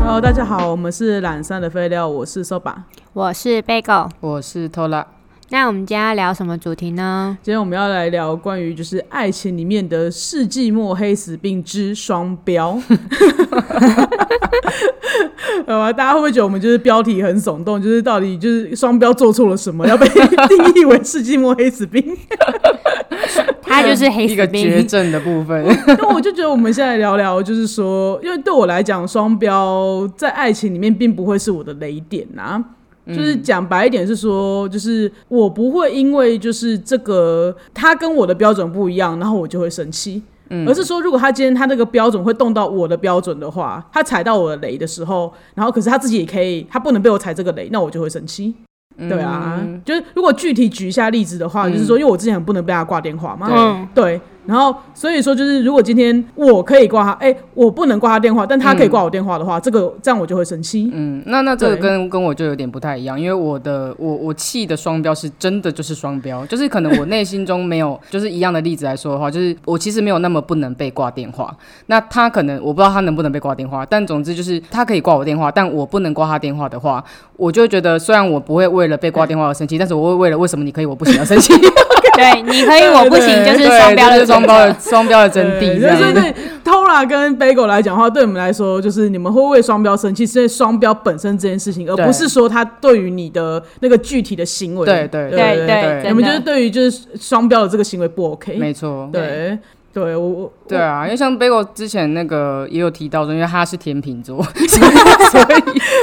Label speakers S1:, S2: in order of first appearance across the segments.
S1: Hello，大家好，我们是懒散的废料，我是 Soba。
S2: 我是 Bagel。
S3: 我是偷拉，
S2: 那我们今天要聊什么主题呢？
S1: 今天我们要来聊关于就是爱情里面的世纪末黑死病之双标。 好吧，大家会不会觉得我们就是标题很耸动？就是到底就是双标做错了什么，要被 定义为世纪末黑死病？
S2: 他就是黑
S3: 一
S2: 死
S3: 个绝
S2: 病，
S3: 症的部分。
S1: 那我就觉得我们现在聊聊，就是说，因为对我来讲，双标在爱情里面并不会是我的雷点啊。就是讲白一点，是说，就是我不会因为就是这个他跟我的标准不一样，然后我就会生气。而是说，如果他今天他那个标准会动到我的标准的话，他踩到我的雷的时候，然后可是他自己也可以，他不能被我踩这个雷，那我就会生气。对啊，就是如果具体举一下例子的话，就是说，因为我之前很不能被他挂电话嘛，
S3: 对
S2: 嗯，
S1: 对，然后所以说就是，如果今天我可以挂他，哎、我不能挂他电话，但他可以挂我电话的话，这个这样我就会生气。
S3: 嗯，那那这个
S1: 对
S3: 跟跟我就有点不太一样，因为我的我我气的双标是真的就是双标，就是可能我内心中没有 就是一样的例子来说的话，就是我其实没有那么不能被挂电话。那他可能我不知道他能不能被挂电话，但总之就是他可以挂我电话，但我不能挂他电话的话，我就会觉得虽然我不会为了被挂电话而生气，但是我会为了为什么你可以我不行而生气。
S2: 对，你可以，我不行， 就是
S3: 对
S2: 双标
S3: 这
S2: 的
S3: 就是双
S2: 准
S3: 标
S2: 则
S3: 的双标的真谛。
S1: 对
S3: 这样
S1: 所以对 Tora 跟 Bagel 来讲的话，对我们来说，就是你们会为双标生气，是因为双标本身这件事情，而
S3: 对
S1: 不是说他对于你的那个具体的行为。
S3: 对对
S2: 对对真
S3: 对
S2: 的
S1: 你们就是对于就是双标的这个行为不 OK。
S3: 没错，
S1: 对对，我我
S3: 对啊，因为像 Bagel 之前那个也有提到说，因为他是天 秤座，
S1: 很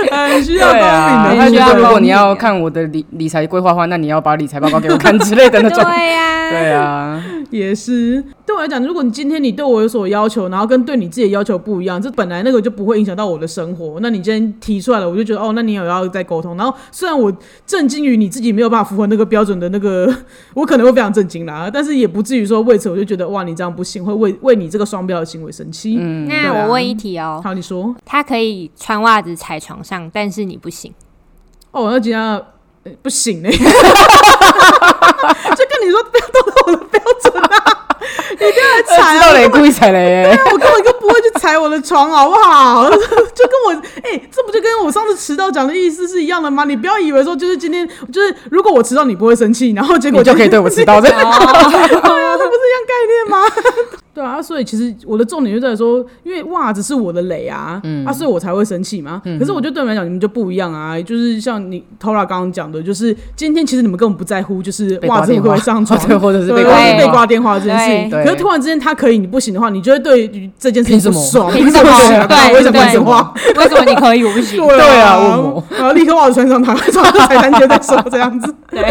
S1: 哎需
S3: 对
S1: 要帮
S3: 啊，
S1: 你的，
S3: 他
S2: 需
S3: 觉
S2: 要
S3: 得如
S2: 帮
S3: 果
S2: 你
S3: 你要
S2: 啊
S3: 看我的理理财规划的话，那你要把理财报告给我看之 类的那种。
S2: 对呀，
S3: 对啊，
S1: 也是，对我来讲，如果你今天你对我有所要求，然后跟对你自己的要求不一样，这本来那个就不会影响到我的生活。那你今天提出来了，我就觉得哦，那你有要再沟通。然后虽然我震惊于你自己没有办法符合那个标准的那个，我可能会非常震惊啦，但是也不至于说为此我就觉得哇，你这样不行，会为为你这个双标的行为生气。嗯，对
S2: 那
S1: 啊
S2: 我问一题哦，
S1: 好，你说
S2: 他可以穿袜子踩床上，但是你不行，
S1: 哦，那今天、呃不行呢、 就跟你说不要动到我的标准啊，你不要来踩
S3: 知
S1: 啊
S3: 道，嘞，故意踩雷 耶。
S1: 我根本就不会去踩我的床，好不好？ 就跟我哎、这不就跟我上次迟到讲的意思是一样的吗？你不要以为说就是今天就是如果我迟到你不会生气，然后结果
S3: 你就可以对我 迟到
S1: 对
S3: 这
S1: 啊，
S2: 哦
S1: 这不是一样
S3: 啊
S1: 概念吗？ 对啊，所以其实我的重点就在说，因为袜子是我的雷啊，
S3: 嗯
S1: 啊，所以我才会生气嘛。可是我觉得对你们来讲，你们就不一样啊，就是像你 Tora 刚刚讲的，就是今天其实你们根本不在乎，就是
S3: 被
S1: 袜
S3: 挂
S1: 子会
S3: 电
S1: 不
S3: 话
S1: 会上床，
S3: 对，或者是被
S1: 对，
S3: 挂
S1: 或是
S3: 电
S1: 被
S3: 话。
S1: 挂电话这件事情。
S3: 对
S1: 可是突然之间他可以，你不行的话，你就会对于这件事情
S3: 凭什
S1: 不
S3: 么
S1: 爽，
S2: 凭什
S1: 为
S2: 么
S1: 么
S2: 对
S1: 为什么
S2: 对
S1: 为什么？
S2: 为什么你可以我不行？
S3: 对
S1: 啊，
S3: 啊问我
S1: 然后立刻把我穿上他，穿上才三天再说这样 子。
S2: 对，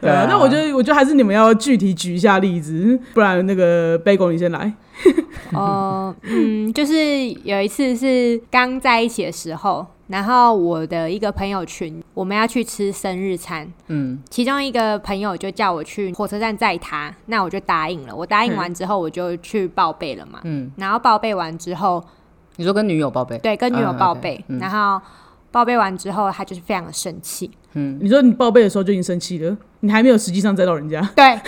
S1: 对啊，那我觉得，我觉得还是你们要具体举一下例子，不然那个 Bagel 你先来。
S2: 哦，嗯，就是有一次是刚在一起的时候，然后我的一个朋友群，我们要去吃生日餐，
S3: 嗯，
S2: 其中一个朋友就叫我去火车站载他，那我就答应了。我答应完之后，我就去报备了嘛。
S3: 嗯，
S2: 然后报备完之后，
S3: 你说跟女友报备？
S2: 对，跟女友
S3: 嗯
S2: 报
S3: ，OK，
S2: 备，
S3: 嗯
S2: 然后报备完之后，他就是非常的生气。
S3: 嗯
S1: 你说你报备的时候就已经生气了，你还没有实际上载到人家，
S2: 对，
S3: 哎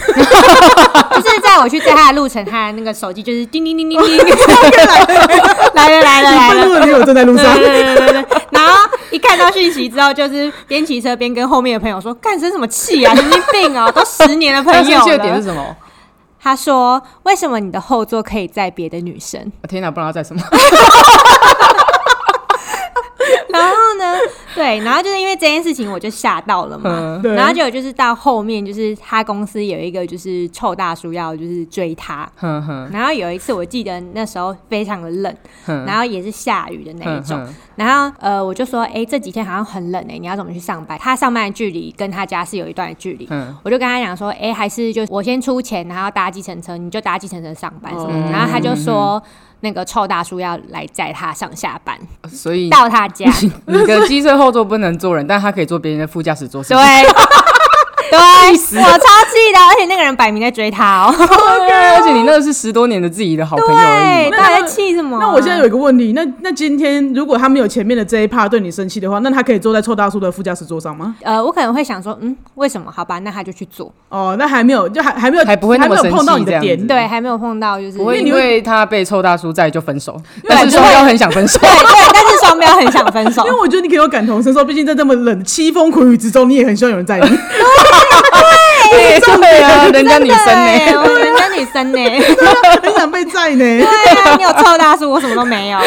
S2: 就是在我去载他的路程，他的那个手机就是叮叮叮叮叮，来了来了
S3: 啊
S2: 来
S1: 愤
S2: 了
S1: 怒。的女友正在路
S2: 对
S1: 上。
S2: 对对对对。然后一看到讯息之后，就是边骑车边跟后面的朋友说：“干生什么气啊，神经病啊，都十年的朋
S3: 他生
S2: 友
S3: 气的点是
S2: 了。
S3: 什么？”啊
S2: 他说：“为什么你的后座可以载别的女生
S3: 啊天哪，不知道 在什么。？”
S2: 然后呢，对，然后就是因为这件事情，我就吓到了嘛。
S1: 对，
S2: 然后就就是到后面，就是他公司有一个就是臭大叔要就是追他，
S3: 哼哼
S2: 然后有一次我记得那时候非常的冷，
S3: 哼
S2: 然后也是下雨的那一
S3: 哼
S2: 种，
S3: 哼，
S2: 然后呃，我就说，哎、这几天好像很冷哎、你要怎么去上班？他上班的距离跟他家是有一段距离。
S3: 嗯
S2: 我就跟他讲说，哎、还是就我先出钱，然后搭计程车，你就搭计程车上班什么的。然后他就说，那个臭大叔要来载他上下班，
S3: 所以
S2: 到他家。
S3: 你的机车后座不能坐人，但他可以坐别人的副驾 驶座。是
S2: 对
S3: 不是，
S2: 对， 我超气的，而且那个人摆明在追他哦。
S3: 而且你那个是十多年的自己的好朋友而已
S2: 对，
S3: 嘛。
S2: 到底在气什么？啊
S1: 那我现在有一个问题，那那今天如果他没有前面的这一趴对你生气的话，那他可以坐在臭大叔的副驾驶座上吗？
S2: 呃，我可能会想说，嗯，为什么？好吧，那他就去做。
S1: 哦，那还没有，就还还没有，
S3: 还不会那
S1: 还
S3: 么
S1: 没有
S3: 生气
S1: 碰到你的
S3: 这样
S1: 点
S3: 子，
S2: 对，还没有碰到，就是
S3: 不会
S1: 你
S3: 因
S1: 会
S3: 为他被臭大叔在就分手，但
S2: 我
S3: 是
S2: 就
S3: 双标很想分手。
S2: 对对，但是双标很想分手
S1: 因为。我觉得你可以有感同身受，毕竟在这么冷凄风苦雨之中，你也很希望有人在你。
S3: 对对啊，人家女生
S2: 对
S3: 呢？
S2: 我们人家女生呢、
S1: 很想被在呢，
S2: 对啊，你有臭大叔，我什么都没有。
S3: 啊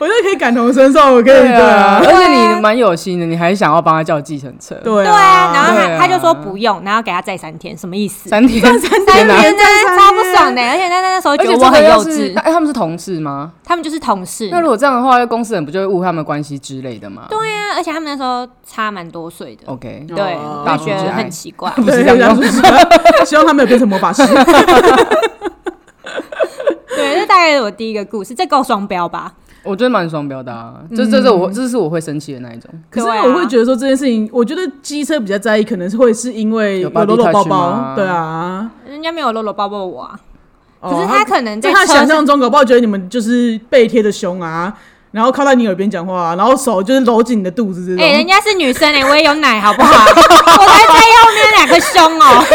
S1: 我就可以感同身受，我跟你
S3: 对
S1: 对
S3: 啊，
S1: 啊，
S3: 而且你蛮有心的，你还想要帮他叫计程车，
S1: 对
S2: 对啊，然后
S3: 对
S2: 他
S3: 啊
S2: 他就说不用，然后给他再三天，什么意思？
S3: 三天三
S2: 三
S3: 啊！
S1: 三
S2: 天真的
S1: 天
S2: 超不爽的、而且那那时候
S3: 而
S2: 觉
S3: 且
S2: 得我很
S3: 这个
S2: 幼
S3: 要是
S2: 稚，
S3: 哎，他们是同事吗？
S2: 他们就是同事。
S3: 那如果这样的话，公司人不就会误会他们关系之类的吗？
S2: 对啊，而且他们那时候差蛮多岁的，
S3: ，OK，
S2: 对，
S1: 哦
S2: 我
S3: 大
S2: 就
S3: 叔
S2: 觉
S3: 之
S2: 得
S3: 爱
S2: 很奇怪。
S3: 不是这样
S1: 对希望希望他没有变成魔法师。
S2: 啊对，这大概是我第一个故事，这够双标吧？
S3: 我觉得蛮双标的啊，这这是我这是我会生气的那一种。
S1: 可是
S2: 对啊
S1: 我会觉得说这件事情，我觉得机车比较在意，可能是会是因为
S3: 有
S1: 有
S3: body
S1: 搂搂抱
S3: touch 吗
S1: 抱，对啊。
S2: 人家没有搂搂抱抱我啊，
S1: 哦
S2: 可是他可能
S1: 在
S2: 在
S1: 他
S2: 车
S1: 想
S2: 上，
S1: 象中，搞不好觉得你们就是背贴着胸啊，然后靠在你耳边讲话、啊然后手就是搂紧你的肚子这
S2: 哎、人
S1: 种。
S2: 家是女生哎、我也有奶好不 好？我才在意后面两个胸哦、 好气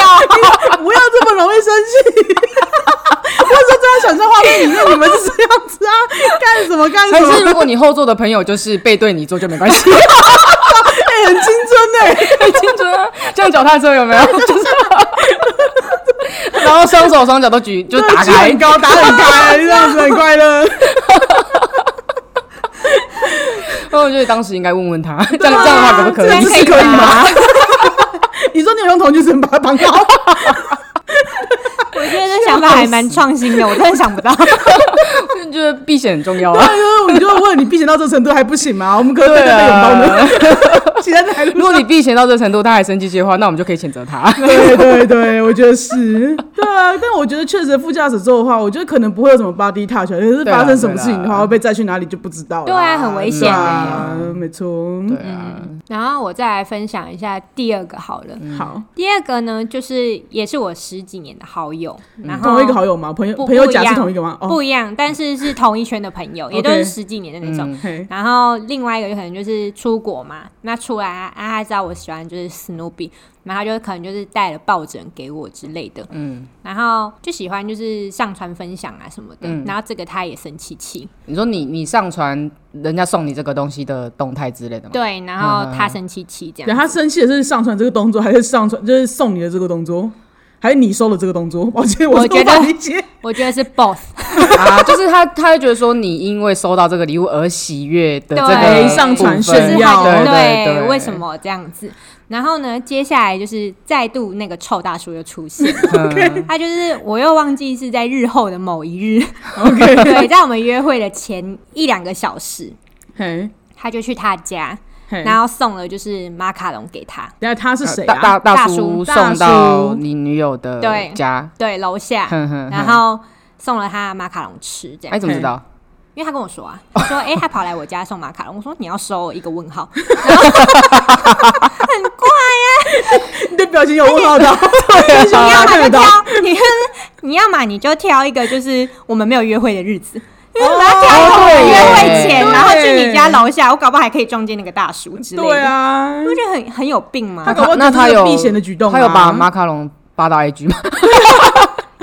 S2: 哦、
S1: 不要这么容易生气。 我说在他想象画面里面，你们是这样子啊？干什么干什
S3: 还
S1: 么？
S3: 是如果你后座的朋友就是背对你坐就没关系，
S1: 哎、很青春哎、
S3: 很清楚啊。像脚踏车有没有？就是， 然后双手双脚都举，就打
S1: 举
S3: 开
S1: 很。高，打很 开，这样子很快乐。
S3: 那哦我觉得当时应该问问他，这样这样的话可不可
S1: 啊这
S3: 以
S1: 样？子是可以啊吗？ 你说你有用同居绳把它绑 好，
S2: 我觉得这想法还蛮创新的，我真的想不到。
S3: 就觉得避险很重要啊。
S1: 哎呦，我就会问你避嫌到这程度还不行吗？我们可能被他拥抱呢。 其他的还
S3: 如果你避嫌到这程度，他还生气这些话，那我们就可以谴责他。
S1: 对对对，我觉得是，对啊。但我觉得确实副驾驶座的话，我觉得可能不会有什么 body touch，可是
S3: 对啦
S1: 发生什么事情的
S3: 对啦
S1: 话，会被载去哪里就不知道了。
S2: 对啊很危险
S1: 对啊，没错。
S3: 对啊，
S1: 嗯
S2: 然后我再来分享一下第二个好了。
S1: 好，
S2: 第二个呢，就是也是我十几年的好友，然后
S1: 同一个好友吗？朋友
S2: 不
S1: 朋友
S2: 不一
S1: 甲是
S2: 样
S1: 嗯同一个吗？哦，
S2: 不一样，但是是同一圈的朋友，也都
S1: OK
S2: 是十几年的那种。
S3: 嗯
S1: 嘿，
S2: 然后另外一个就可能就是出国嘛，那出来啊，啊他知道我喜欢就是史努比，然后他就可能就是带了抱枕给我之类的，
S3: 嗯，
S2: 然后就喜欢就是上传分享啊什么的，
S3: 嗯
S2: 然后这个他也生气气，
S3: 你说你你上传人家送你这个东西的动态之 类的吗？
S2: 对，然后他生气气这
S3: 嗯
S1: 对，
S2: 样，
S1: 他生气的是上传这个动作，还是上传就是送你的这个动作，还是你收的这个动作？ 抱歉，
S2: 我
S1: 是
S2: 觉
S1: 无法
S2: 得
S1: 理 解。
S2: 我觉得是 both，
S3: 啊，就是他，他会觉得说你因为收到这个礼物而喜悦的这个
S2: 对
S1: 上传
S3: 部
S2: 就
S3: 分
S2: 是
S1: 炫耀
S2: 他
S3: 对
S2: 就
S3: 对对，
S2: 为什？么这样子？然后呢，接下来就是再度那个臭大叔又出现，
S3: 嗯
S2: 他就是我又忘记是在日后的某一 日
S1: OK，
S2: 对，在我们约会的前一两个小时，
S1: 嘿，
S2: 他就去他家，
S1: 嘿，
S3: 嗯
S2: 然后送了就是马卡龙给他，
S1: 等下他是谁
S3: 呃大
S1: 啊？
S3: 大大
S2: 大
S3: 叔
S2: 叔
S3: 送
S1: 大
S3: 到
S1: 叔
S3: 你女友的
S2: 对
S3: 家，
S2: 对，楼下，
S3: 哼哼
S2: 然
S3: 哼
S2: 后送了他马卡龙吃，这
S3: 哎，
S2: 样，
S3: 怎么知道？
S2: 因为他跟我 说啊，他说哎、他跑来我家送马卡龙，我说你要收一个问 号，
S1: 你的表情有问号到，你
S2: 啊
S3: 啊
S2: 你要
S1: 要看
S2: 嘛就
S1: 得到。
S2: 挑，你就是你要嘛你就挑一个就是我们没有约会的日子， 因为我们要挑一个我
S3: 哦
S2: 们
S3: 对
S2: 约会
S3: 耶
S2: 前，然后去
S1: 对
S2: 你家楼下，我搞不好还可以撞见那个大叔之类的，
S1: 对啊，
S2: 你不觉得很很有病吗
S1: 他？搞不好
S3: 那
S1: 就是
S3: 他
S1: 一个
S3: 有
S1: 避嫌的举动啊
S3: 他有把马卡龙扒到 IG 吗？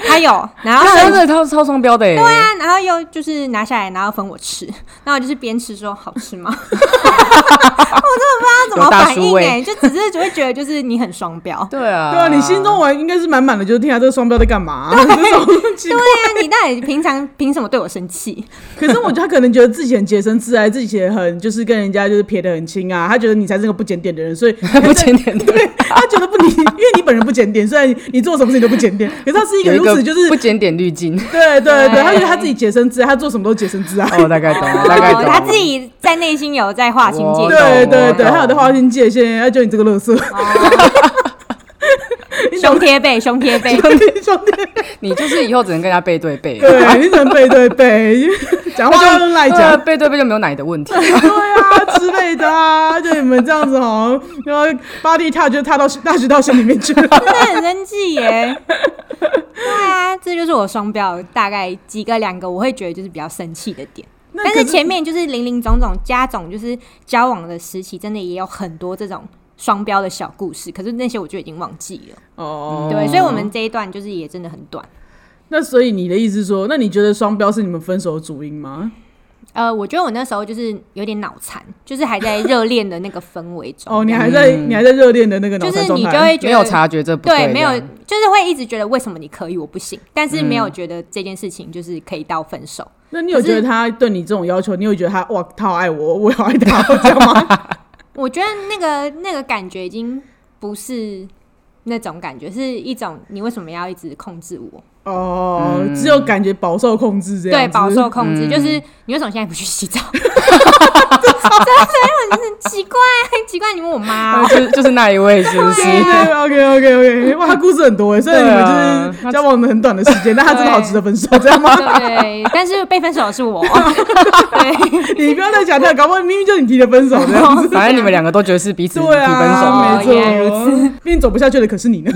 S2: 他有，然
S1: 啊
S2: 后
S3: 他
S2: 甚
S3: 真
S2: 至
S3: 的超超双标的耶！欸
S2: 对啊，然后又就是拿下来，然后分我吃， 然后我就是边吃说好吃吗？ 我真的不知道怎么反
S3: 有大叔
S2: 应哎、
S3: 味。
S2: 就只是就会觉得就是你很双标
S3: 对啊，
S1: 对啊，你心中我应该是满满的，就是听他这个双标在干嘛？这种奇
S2: 对
S1: 怪。
S2: 啊，你到底平常凭什么对我生气？
S1: 可是我觉得他可能觉得自己很洁身自爱，自己也很就是跟人家就是撇得很清啊，他觉得你才是个不检点的人，所以
S3: 不检点的人，
S1: 他觉得不你，因为你本人不检点，虽然你你做什么事情都不检点，可是他是一个
S3: 有一
S1: 如
S3: 个
S1: 此就是
S3: 不检点 滤镜。
S1: 对对对，
S2: 对
S1: 他觉得他自己洁身自爱，他做什么都洁身自爱。
S3: 哦，大概懂，了，大概懂哦
S2: 哦
S3: 了。
S2: 他自己在内心有在划清界
S3: 我
S2: 限。
S1: 对对对，
S3: 懂
S1: 他有在划清界限，他觉得你这个乐色，
S2: 哦胸贴 背，胸贴背，
S1: 兄弟兄弟，
S3: 你就是以后只能跟人家背 对背，
S1: 对，你只能背对背，讲话就乱
S3: 对啊
S1: 讲，
S3: 背对背就没有奶的问题。
S1: 对啊，啊之类的啊，就你们这样子好像，然后 body touch 就踏到大学到心里面去了。
S2: 真的很生气耶。对啊，这就是我双标，大概几个两个我会觉得就是比较生气的点。
S1: 那
S2: 但
S1: 可
S2: 是前面就是零零总总加总，就是交往的时期，真的也有很多这种双标的小故事。可是那些我就已经忘记了，
S1: 哦，
S2: 对，所以我们这一段就是也真的很短。
S1: 那所以你的意思是说，那你觉得双标是你们分手的主因吗？
S2: 呃，我觉得我那时候就是有点脑残，就是还在热恋的那个氛围中，
S1: 哦，你还在、你还在热恋的那个脑
S2: 就是
S1: 残状
S2: 你就
S1: 态。
S2: 会觉
S3: 没
S2: 得
S3: 有察觉这不
S2: 对，
S3: 这
S2: 没有
S3: 样，
S2: 就是会一直觉得为什么你可以我不行，但是没有
S1: 嗯
S2: 觉得这件事情就是可以到分手。
S1: 那你有觉得他对你这种要求，你有觉得他哇，他好爱我，我也好爱他，这样吗？
S2: 我觉得那个那个感觉已经不是那种感觉，是一种你为什么要一直控制我？
S1: 哦，只有感觉饱受控制这样
S2: 对，
S1: 子。
S2: 饱受控
S3: 嗯
S2: 制，就是你为什么现在不去洗澡？ 真的，很奇怪，很奇怪，你问我妈
S3: 啊
S2: 哦。
S3: 就是就是那一位是不是？
S1: 对对，OK OK OK，哇，他 故事很多哎，虽然你
S3: 对啊
S1: 们就是交往的很短的时间，但他真的好值得分手，这样吗？
S2: 对，但是被分手的是我。对，
S1: 你不要再强 调，搞不好明明就你提的分手这样子。
S3: 反正你们两个都觉得是彼此提分
S1: 对
S3: 手
S1: 啊，
S3: 嘛，
S1: 没
S2: 哦原来如
S1: 错，毕竟走不下去的可是你 呢。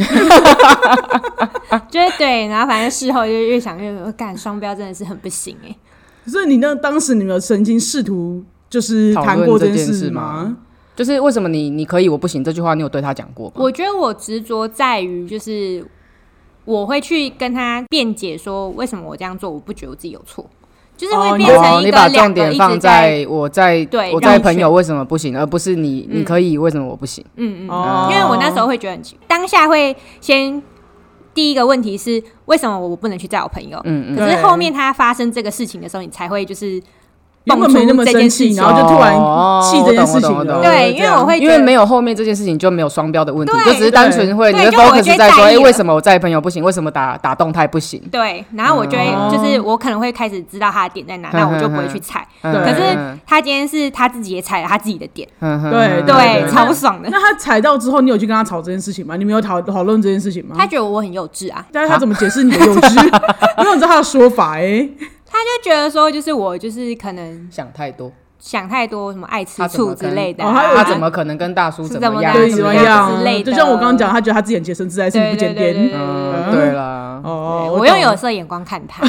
S2: 就是对，然后反正事后就越想越，我干双标真的是很不行哎、
S1: 所以你那当时你们有曾经试图就是谈过件事
S3: 讨论？就是为什么你你可以我不行这句话，你有对他讲过吗？
S2: 我觉得我执着在于，就是我会去跟他辩解说，为什么我这样做，我不觉得我自己有错，就是
S1: 哦
S2: 会
S1: 你
S2: 变成
S3: 哦，
S2: 一
S3: 你
S2: 个
S3: 把
S2: 两个
S3: 重点
S2: 一直
S3: 放
S2: 在，嗯
S3: 我在
S2: 对
S3: 我
S2: 让
S3: 在
S2: 你
S3: 朋
S2: 选
S3: 友为什么不行，而不是你你可以为什么我不行？
S2: 嗯嗯，
S1: 哦
S2: 因为我那时候会觉得很奇，当下会先第一个问题是为什么我不能去载我朋友，
S3: 嗯嗯，
S2: 可是
S1: 对
S2: 后面他发生这个时候你才会，你才会就是
S1: 原本没那么生气，
S2: 哦
S1: 然后就突然
S3: 哦
S1: 气这件事情了。
S2: 对，因为我会
S3: 因
S2: 觉
S3: 为
S2: 得
S3: 没有后面这件事情就没有双标的问题，
S2: 对
S3: 就只是单纯会你
S2: 对
S3: 会
S2: 就我觉
S3: focus
S2: 得
S3: 在说，
S2: 在意
S3: 哎，
S2: 了
S3: 为什么我在朋友不行？为什么打打动态不行？
S2: 对，然后我就会、
S1: 嗯
S3: 哦
S2: 就是我可能会开始知道他的点在哪，
S3: 嗯
S2: 那我就不会去踩。
S3: 嗯
S1: 对
S2: 可是
S3: 嗯
S2: 他今天是他自己也踩了他自己的点，
S3: 嗯嗯
S1: 对
S3: 嗯
S2: 对，
S1: 嗯
S2: 超不爽的。
S1: 那他踩到之后，你有去跟他吵这件事情吗？你们有讨讨论这件事情吗？
S2: 他觉得我很幼稚啊，
S1: 但是他怎么解释你的幼 稚？因为我知道他的说法哎，
S2: 他就觉得说，就是我就是可能
S3: 想太多，
S2: 想太多，什么爱吃
S3: 他怎么
S2: 醋之类的、
S1: 可能
S2: 啊
S1: 哦
S3: 他怎么可能跟大叔怎么
S2: 是
S3: 样？
S2: 怎么
S1: 对，
S2: 样
S1: 怎么
S2: 之类
S1: 样？
S2: 的
S1: 就像我刚刚讲，他觉得他自己很洁身自爱，是你
S2: 对
S1: 不
S2: 对
S1: 检
S2: 对对
S1: 点。
S3: 嗯，
S1: 嗯
S3: 对啦，
S1: 哦，
S2: 我用有色眼光看他，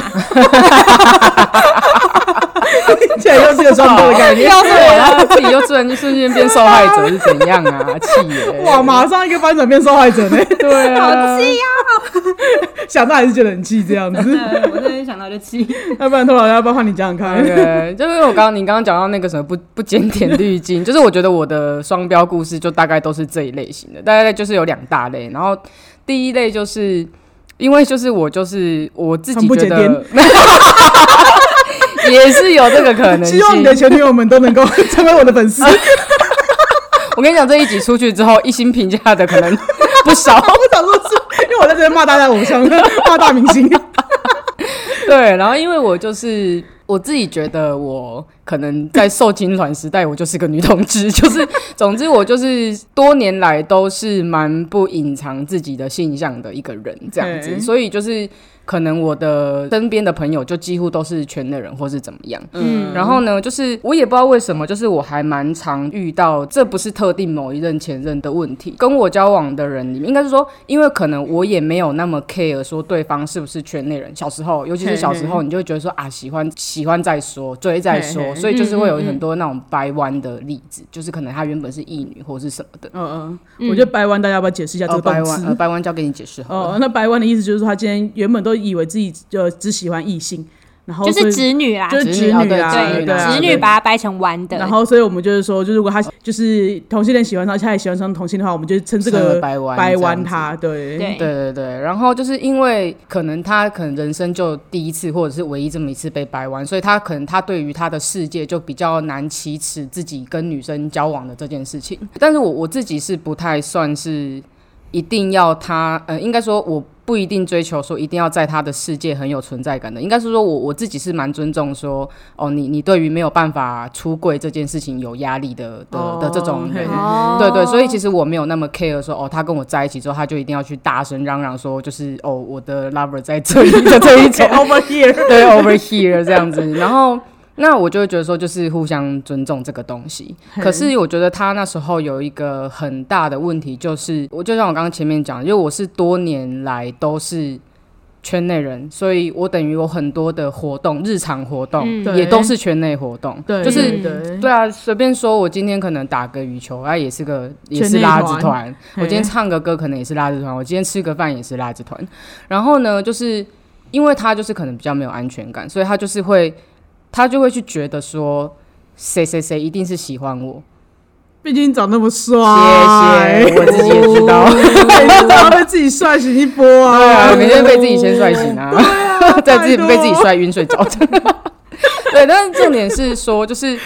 S1: 有，起来又是个双 标的概念。
S3: 要是我啦， 自己又突然瞬间变受害者是怎样啊？气耶！
S1: 哇，马上一个翻转变受害者呢，
S3: 对啊，
S2: 好气呀！
S1: 想到还是觉得很气这样子。
S2: 对我真的想到就 气。
S1: 要不然，托老师，要不要换你讲讲
S2: 哦
S1: 看？
S3: 对，就是我刚刚你刚刚讲到那个什么不不检点 滤镜，就是我觉得我的双标故事就大概都是这一类型的，大概就是有两大类，然后第一类就是因为就是我就是我自己
S1: 很不
S3: 觉
S1: 检
S3: 得。 也是有这个可能性
S1: 希。望你的前女友们都能够 成为我的 粉丝。
S3: 我跟你讲，这一集出去之后，一心评价的可能 不少。
S1: 我想说是，因为我在这边骂大家偶 像，骂大明星。
S3: 对，然后因为我就是我自己觉得我可能在受精卵时代，我就是个女同志， 就是总之我就是多年来都是蛮不隐藏自己的性向的一个人，这样子，
S1: 对
S3: 所以就是可能我的身边的朋友就几乎都是圈内人或是怎么样。
S2: 嗯，
S3: 然后呢，就是我也不知道为什么，就是我还蛮常遇到，这不是特定某一任前任的问题。跟我交往的人里面，应该是说，因为可能我也没有那么 care 说对方是不是圈内人。小时候，尤其是小时候，你就会觉得说啊，喜欢喜欢再说，追
S1: 嘿
S3: 再说，
S1: 嘿
S3: 所以就是会有很多那种掰弯的例子，就是可能她原本是异女或是什么的。
S1: 嗯嗯，我觉得白湾大家要不要解释一下这
S3: 哦，
S1: 个
S3: 掰
S1: 动
S3: 弯，呃，
S1: 词？
S3: 掰弯交给你解释好
S2: 呃
S3: 了。
S1: 哦，那白湾的意思就是说，他今天原本都以为自己呃只喜欢异性，然后
S2: 就
S1: 所
S2: 是
S1: 以
S2: 直女啦，
S1: 就是
S3: 直
S1: 直
S3: 女啊
S1: 女啊，
S3: 对
S2: 对，
S1: 对啊
S2: 直女。把它掰成弯
S1: 对
S2: 的，
S1: 然后，所以我们就是说，就如果他就是同性恋喜欢上，他也喜欢上同性的话，我们就称这
S3: 称为
S1: 个呃
S3: 掰弯
S1: 掰
S3: 这
S1: 弯
S3: 样子
S1: 他。对，
S2: 对
S3: 对对对，然后就是因为可能他可能人生就第一次或者是唯一这么一次被掰弯，所以他可能他对于他的世界就比较难启齿自己跟女生交往的这件事情。 但是我我自己是不太算是一定要他，呃，应该说我不一定追求说一定要在他的世界很有存在感的，应该是说我我自己是蛮尊重说，哦，你你对于没有办法出柜这件事情有压力的的的这种
S1: 哦
S3: 人
S1: 嘿，
S2: 哦
S3: 对对，所以其实我没有那么 care 说哦，他跟我在一起之后，他就一定要去大声嚷嚷说，就是哦，我的 lover 在这里的这一种
S1: ，over here。
S3: 对，over here 这样子。然后那我就会觉得说，就是互相尊重这个东西。
S1: 嘿
S3: 可是我觉得他那时候有一个很大的问题，就是我就像我刚刚前面讲，因为我是多年来都是圈内人，所以我等于有很多的活动，日常活动、
S1: 嗯对
S3: 也都是圈内活 动，
S1: 对，
S3: 就是
S1: 对对
S3: 对啊，随便说，我今天可能打个羽球，啊，也是个也
S1: 圈
S3: 是
S1: 内
S3: 拉子
S1: 团
S3: 团。我今天
S1: 嘿
S3: 唱个歌可能也是拉子团，我今天吃个饭也是拉子团。然后呢，就是因为他就是可能比较没有安全感，所以他就是会他就会去觉得说谁谁谁一定是喜欢我。
S1: 毕竟长那么帅，
S3: 谢谢，我 自己
S2: 哦
S3: 也知道，
S1: 知道被自己帅醒一波啊！
S3: 对啊，每天被自己先帅醒 啊， 在自己
S1: 拜托
S3: 被自己帅晕睡着。 对，但是重点是说，就是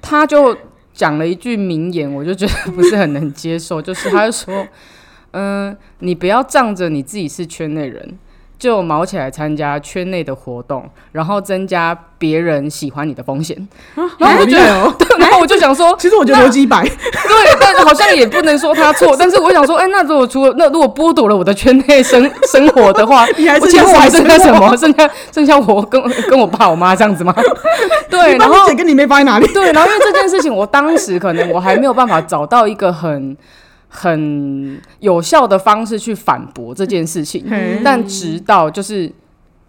S3: 他就讲了一句名言，我就觉得不是很能接受，就是他就说，嗯、你不要仗着你自己是圈内人。就毛起来参加圈内的活动，然后增加别人喜欢你的风险。
S1: 哦
S3: 然 后我就觉得，对，然后我就想说，
S1: 其实我觉得逻辑白，
S3: 对，但好像也不能说他错。但是我想说，哎、那如果除了那如果剥夺了我的圈内生生活的话，
S1: 你还
S3: 我
S1: 是
S3: 前我还剩
S1: 真
S3: 下
S1: 的
S3: 什？么？剩下剩下我跟跟我爸我妈这样 子吗？对，
S1: 你
S3: 然
S1: 爸
S3: 后
S1: 你姐跟你妹放在哪里？
S3: 对，然后因为这件事情，我当时可能我还没有办法找到一个很很有效的方式去反驳这件事情。
S1: 嘿
S3: 但直到就是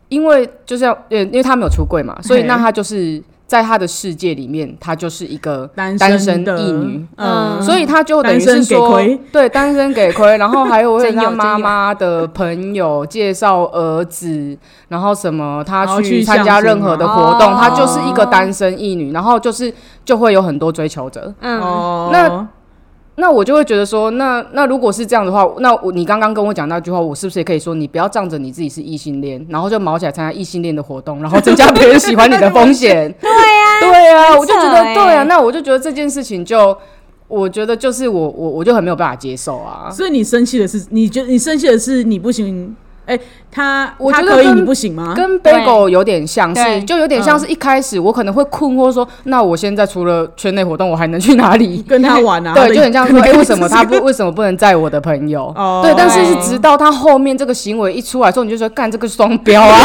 S3: 因为就是要，呃因为他没有出柜嘛，所以
S1: 嘿
S3: 那他就是在他的世界里面，他就是一个
S1: 单
S3: 单
S1: 身
S3: 身
S1: 的
S3: 一女，
S1: 嗯，
S3: 所以他就等于
S1: 单
S3: 是
S1: 身给
S3: 说
S1: 亏，
S3: 对，单身给亏，然后还有为
S2: 真有
S3: 他
S2: 真有
S3: 妈妈的朋友介绍儿子，然后什么
S1: 然
S3: 他
S1: 后
S3: 去
S1: 去
S3: 参
S1: 相
S3: 加
S1: 亲
S3: 任何的
S2: 嘛
S3: 活动，他就是一个
S2: 哦
S3: 单身一女，然后就是就会有很多追求者。
S2: 嗯，
S1: 哦，
S3: 那那我就会觉得说，那那如果是这样的话，那我你刚刚跟我讲那句话，我是不是也可以说，你不要仗着你自己是异性恋，然后就毛起来参加异性恋的活动，然后增加别人喜欢你的风险？对呀、 对呀、
S2: 很扯
S3: 我就觉得
S2: 欸
S3: 对啊呀、 那我就觉得这件事情就，我觉得就是我我我就很没有办法接受啊。
S1: 所以你生气的是，你觉得你生气的是你不行，哎，他
S3: 我
S1: 他
S3: 觉得
S1: 可以，
S3: 跟
S1: 你不行吗？
S3: 跟 Bagel 有点像
S2: 对
S3: 是，就有点像是一开始我可能会困惑说，那我现在除了圈内活动，我还能去哪里？
S1: 跟他玩啊？
S3: 对，就很像 说，哎、
S1: 跟
S3: 为什么他不为什么不能载我的朋友？
S1: 哦
S3: 对，但是是
S2: 对
S3: 直到他后面这个行为一出来之后，你就说干这个双标啊，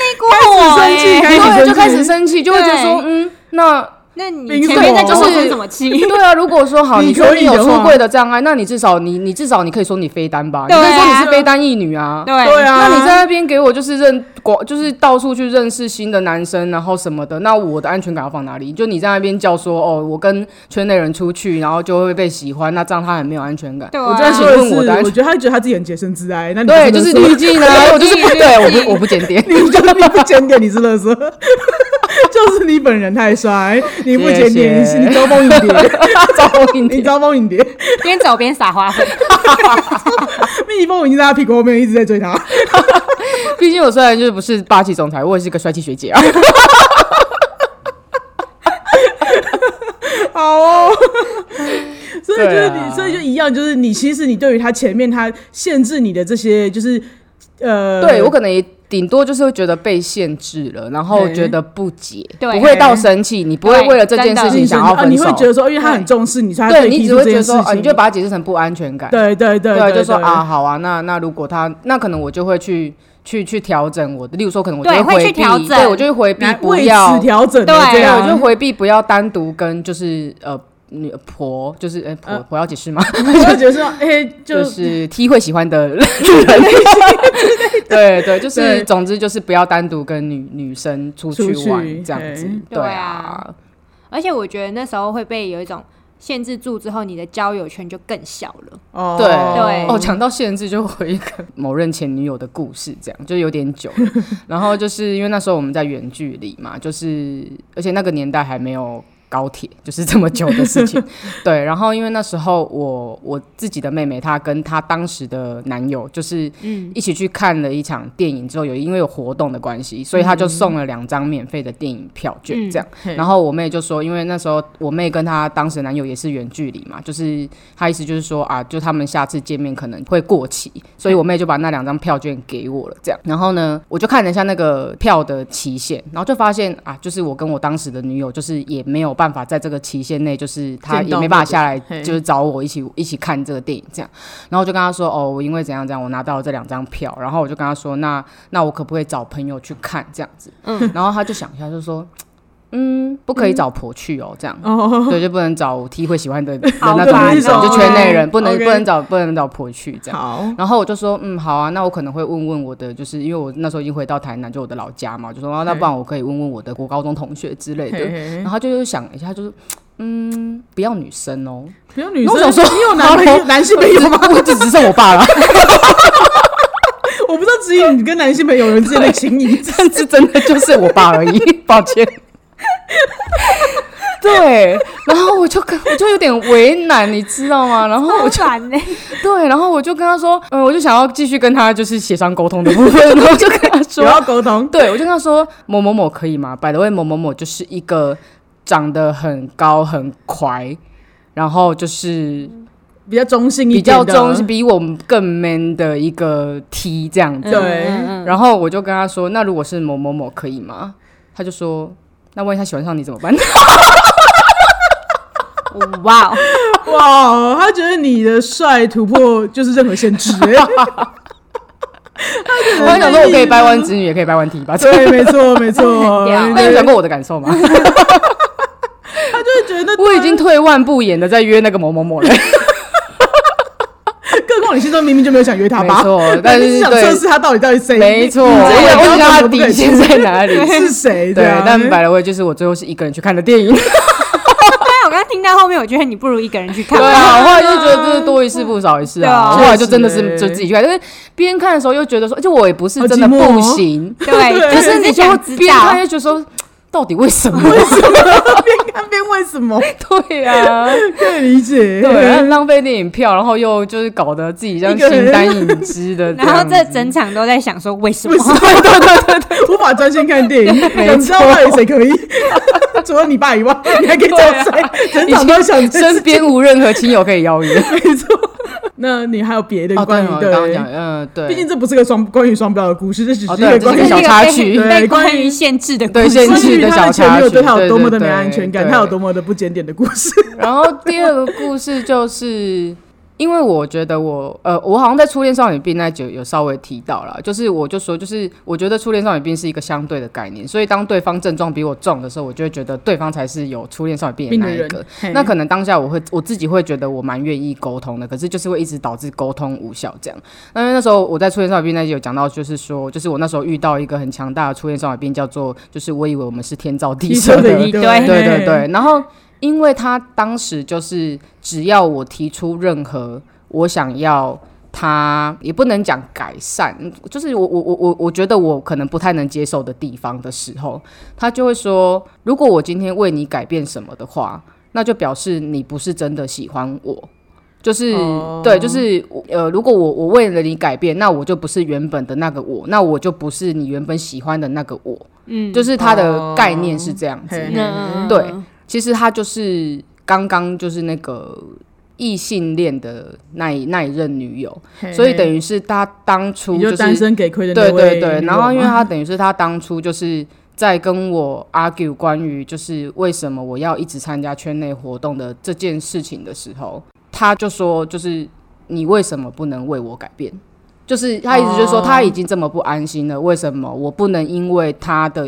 S2: 那锅 我
S1: 生气
S2: 欸
S1: 哦哎开始生
S3: 对，
S1: 气
S3: 就开始生气，就会觉得说，
S2: 对
S3: 嗯，那
S2: 那你
S1: 凭
S2: 前
S1: 什
S2: 面在
S1: 么
S2: 跟我
S3: 就是
S2: 生什么 气？
S3: 对啊，如果说好，
S1: 你
S3: 你说
S1: 可以
S3: 你有
S1: 的
S3: 出
S1: 话
S3: 柜的障碍，那你至少你你至少你可以说你非单吧，你
S2: 对啊
S3: 可以说你是非单一女啊。
S2: 对
S1: 对啊，
S3: 那你在那边给我就是认广，就是到处去认识新的男生，然后什么的，那我的安全感要放哪里？就你在那边叫说哦，我跟圈内人出去，然后就会被喜欢，那这样他很没有安全感。
S2: 对啊，
S1: 我在说
S3: 请
S1: 的
S3: 问
S1: 是，
S3: 我的安全
S1: 我觉得他觉得他自己很洁身自爱，那你
S3: 对，
S1: 不
S3: 就是
S1: 垃圾
S3: 滤镜啊，我就是不
S2: 滤镜
S3: 对，我
S2: 滤镜
S3: 不 我不检点。
S1: 你就是你不检点，你是乐色， 就是你本人太帅，你不检点，你是你招 蜂引蝶，
S3: 招蜂 引
S1: 你
S3: 蝶，
S1: 招蜂引蝶，
S2: 边走边撒花粉，
S1: 蜜蜂已经在他屁股后面一直在追他，
S3: 毕竟我虽然就是不是霸气总裁，我也是个帅气学姐啊。
S1: 好哦。 所以就是
S3: 对
S1: 你，
S3: 啊
S1: 所以就一样，就是你其实你对于他前面他限制你的这些，就是呃，
S2: 嗯
S3: 对我可能也顶多就是会觉得被限制了，然后
S1: 对
S3: 觉得不解，
S2: 对
S3: 不会到生气，你不会
S2: 对
S3: 为了这件
S2: 真的
S3: 事
S1: 你
S3: 情想要
S1: 啊，你
S3: 分
S1: 会
S3: 手。
S1: 觉得说，因为他很重视你，所以他
S3: 对
S1: 特意
S3: 你
S1: 提
S3: 只
S1: 出这
S3: 会觉
S1: 件
S3: 得
S1: 事
S3: 说，哦，
S1: 情，
S3: 你就把它解释成不安全感。
S1: 对对对
S3: 对，就说
S1: 对
S3: 啊，好啊，那那如果他那可能我就会去去去调整我的，例如说可能我就
S2: 对
S3: 回
S2: 会去
S3: 避，
S2: 调整
S3: 对我就会回避
S1: 来
S3: 不
S1: 为
S3: 要
S1: 此调整的啊
S2: 对
S1: 这
S3: 对，
S1: 样，
S3: 我就回避不要单独跟就是呃女婆，就是呃婆
S1: 呃
S3: 婆要解释吗？
S1: 我就觉得说， 哎，
S3: 就
S1: 就是
S3: T 会喜欢 的人，对对，就是
S1: 对
S3: 总之就是不要单独跟女女生出去
S1: 出去
S3: 玩这样子
S1: 嘿，
S3: 对
S2: 对
S3: 啊
S2: 啊，而且我觉得那时候会被有一种限制住，之后你的交友圈就更小了。
S1: 哦
S3: 对
S2: 对
S3: 哦，讲到限制就回一个 某任前女友的故事，这样就有点久 了。然后就是因为那时候我们在远距离嘛，就是而且那个年代还没有高铁，就是这么久的事 情。对，然后因为那时候我我自己的妹妹她跟她当时的男友就是一起去看了一场电影之后，有因为有活动的关系，所以她就送了两张免费的电影票券这样。
S1: 嘿
S3: 然后我妹就说，因为那时候我妹跟她当时男友也是远距离嘛，就是她意思就是说啊，就他们下次见面可能会过期，所以我妹就把那两张票券给我了，这样。然后呢，我就看了一下那个票的期限，然后就发现啊，就是我跟我当时的女友就是也没有办法在这个期限内，就是他
S1: 见
S3: 也
S1: 到
S3: 没办
S1: 那
S3: 法下
S1: 个
S3: 来，
S1: 嘿
S3: 就是找我一起一起看这个电影这样。然后我就跟他说，哦，我因为怎样怎样，我拿到了这两张票，然后我就跟他说，那那我可不可以找朋友去看这样子？嗯，然后他就想一下，就说。嗯，不可以找婆去哦，这样、
S1: 哦，
S3: 对，就不能找体会喜 欢的人
S2: 好
S3: 那种
S1: 烦
S3: 那种，就
S1: 哦
S3: 圈内人，不能
S1: OK
S3: 不能找不能找婆去这样。
S1: 好，
S3: 然后我就说，嗯，好啊，那我可能会问问我的，就是因为我那时候已经回到台南，就我的老家嘛，我就说，啊、那
S1: 嘿
S3: 不然我可以问问我的国高中同学之类
S1: 嘿
S3: 的。
S1: 嘿
S3: 然后他就是想了一下，他就是，嗯，不要女 生哦，
S1: 不要女
S3: 那
S1: 生，
S3: 我想说
S1: 你有男朋友、男性朋友吗？
S3: 我就只 剩我爸了，
S1: 我不知道只有你跟男性朋友有人之间的情谊，
S3: 但是真的就是我爸而已， 抱歉。对，然后我就跟我就有点为难，你知道吗？然哦后我
S2: 好
S3: 就
S2: 烦欸呢。
S3: 对，然后我就跟他说，嗯，我就想要继续跟他就是协商沟通的部分， 然后我就跟他
S1: 有
S3: 说，
S1: 要沟通。
S3: 对，我就跟他说某某某可以吗？百 a 位某某某就是一个长得很高很快，然后就是
S1: 比较中性一
S3: 比
S1: 点
S3: 较
S1: 的，
S3: 中比我们更 man 的一个 T 这样子。
S1: 对
S2: 嗯嗯嗯
S3: 然后我就跟他说，那如果是某某某可以吗？他就说。那万一他喜欢上你怎么办？
S2: 嗯哇哦，
S1: 哇，他觉得你的帅突破就是任何限 制、哎
S3: 我还想说，我可以掰弯子女，也可以掰弯 T 吧。
S1: 对，没错，没 错，
S2: Yeah
S3: 那你有
S1: 对
S3: 想过我的感受吗？
S1: 他就会觉得，
S3: 我已经退万步言的在约那个某某某了。
S1: 更何况你心中明明就没有想约他
S3: 没
S1: 吧？
S3: 错，
S1: 但
S3: 但
S1: 是
S3: 是
S1: 想测试
S3: 对，
S1: 他到底到底谁，
S3: 没错，
S1: 你
S3: 我
S1: 这
S3: 想
S1: 个
S3: 问
S1: 标
S3: 一
S1: 准
S3: 下他
S1: 可
S3: 的
S1: 不可
S3: 底
S1: 以
S3: 线在哪里？
S1: 是谁？
S3: 对
S1: 啊，，
S3: 但百了味就是我最后是一个人去看的电影。
S2: 但我刚听到后面，我觉得你不如一个人去看
S3: 对
S2: 吧。
S3: 啊，我后来就觉得这是多一事不如少一事
S2: 对啊
S3: 啊。我后来就真的
S1: 确
S3: 是
S1: 实
S3: 就自己去看，因为边看的时候又觉得说，就我也不是真的
S1: 好寂寞哦
S3: 不行，
S2: 对，
S1: 对
S2: 就
S3: 就是
S2: 是
S3: 你
S2: 你
S3: 就
S2: 想
S3: 会
S2: 知
S3: 边看
S2: 道，
S3: 就觉得说，到底为什么？
S1: 边看边为什 么？
S3: 对 啊，
S1: 可以理解，
S3: 对，啊然后浪费电影票，然后又就是搞得自己这样
S1: 啊一个人
S3: 形单影 只的样子，
S2: 然后这整场都在想说为什么
S1: 为？什么？ 无法专心看 电影，想知道到底谁可以？ 除了你爸以外，你还可以找谁？
S3: 啊
S1: 整场都想这
S3: 身
S1: 事
S3: 边无任何亲友可以 邀约。
S1: 没错。那你还有别的
S3: 哦，
S1: 关
S3: 对，
S1: 于
S3: 我刚刚讲，
S1: 对？
S3: 嗯，对，
S1: 毕竟这不是个双关于双标的故事，这只是
S3: 哦
S1: 一
S3: 对
S1: 个
S3: 这
S1: 关
S3: 是
S1: 于
S3: 一
S1: 小
S3: 个
S1: 插
S3: 插
S2: 被
S3: 曲
S2: 被
S1: 对
S2: 关
S1: 关于
S2: 于限制的故
S3: 对
S2: 事
S3: 限
S1: 关
S3: 制
S1: 于
S3: 的
S1: 他
S3: 小
S1: 的前
S3: 插
S1: 女友
S3: 曲，
S1: 对他有多么的没
S3: 对
S1: 安全感，
S3: 对
S1: 他有多么的不检点的故 事。
S3: 然后第二个故事就是，因为我觉得我呃，我好像在《初恋少女病》那集有有稍微提到了，就是我就说，就是我觉得初恋少女病是一个相对的概念，所以当对方症状比我重的时候，我就会觉得对方才是有初恋少女病的
S1: 病
S3: 那
S1: 的
S3: 一
S1: 人
S3: 个。，
S1: 嘿
S3: 那可能当下我会我自己会觉得我蛮愿意沟通的，可是就是会一直导致沟通无效这样。那因为那时候我在初恋少女病那集有讲到，就是说，就是我那时候遇到一个很强大的初恋少女病，叫做就是我以为我们是天造地
S1: 提
S3: 设
S1: 升
S3: 的
S1: 的一
S2: 对
S3: 对对，对，然后因为他当时就是只要我提出任何我想要他，也不能讲改善，就是我我我我我觉得我可能不太能接受的地方的时候，他就会说，如果我今天为你改变什么的话，那就表示你不是真的喜欢我。就是、
S1: 哦
S3: 对，就是呃，如果我我为了你改变，那我就不是原本的那个我，那我就不是你原本喜欢的那个我。
S2: 嗯，
S3: 就是他的
S1: 哦
S3: 概念是这样子。
S1: 嘿
S2: 嗯
S3: 对其实他就是刚刚就是那个异性恋的那一那一任女友，
S1: 嘿
S3: 所以等于是他当初
S1: 你
S3: 就
S1: 就是单身给亏的那
S3: 对
S1: 位
S3: 对对，
S1: 女
S3: 然后
S1: 王
S3: 因为
S1: 嘛
S3: 他等于是他当初就是。在跟我 argue 关于就是为什么我要一直参加圈内活动的这件事情的时候，他就说就是你为什么不能为我改变？就是他一直就说
S1: 哦
S3: 他已经这么不安心了，为什么我不能因为他的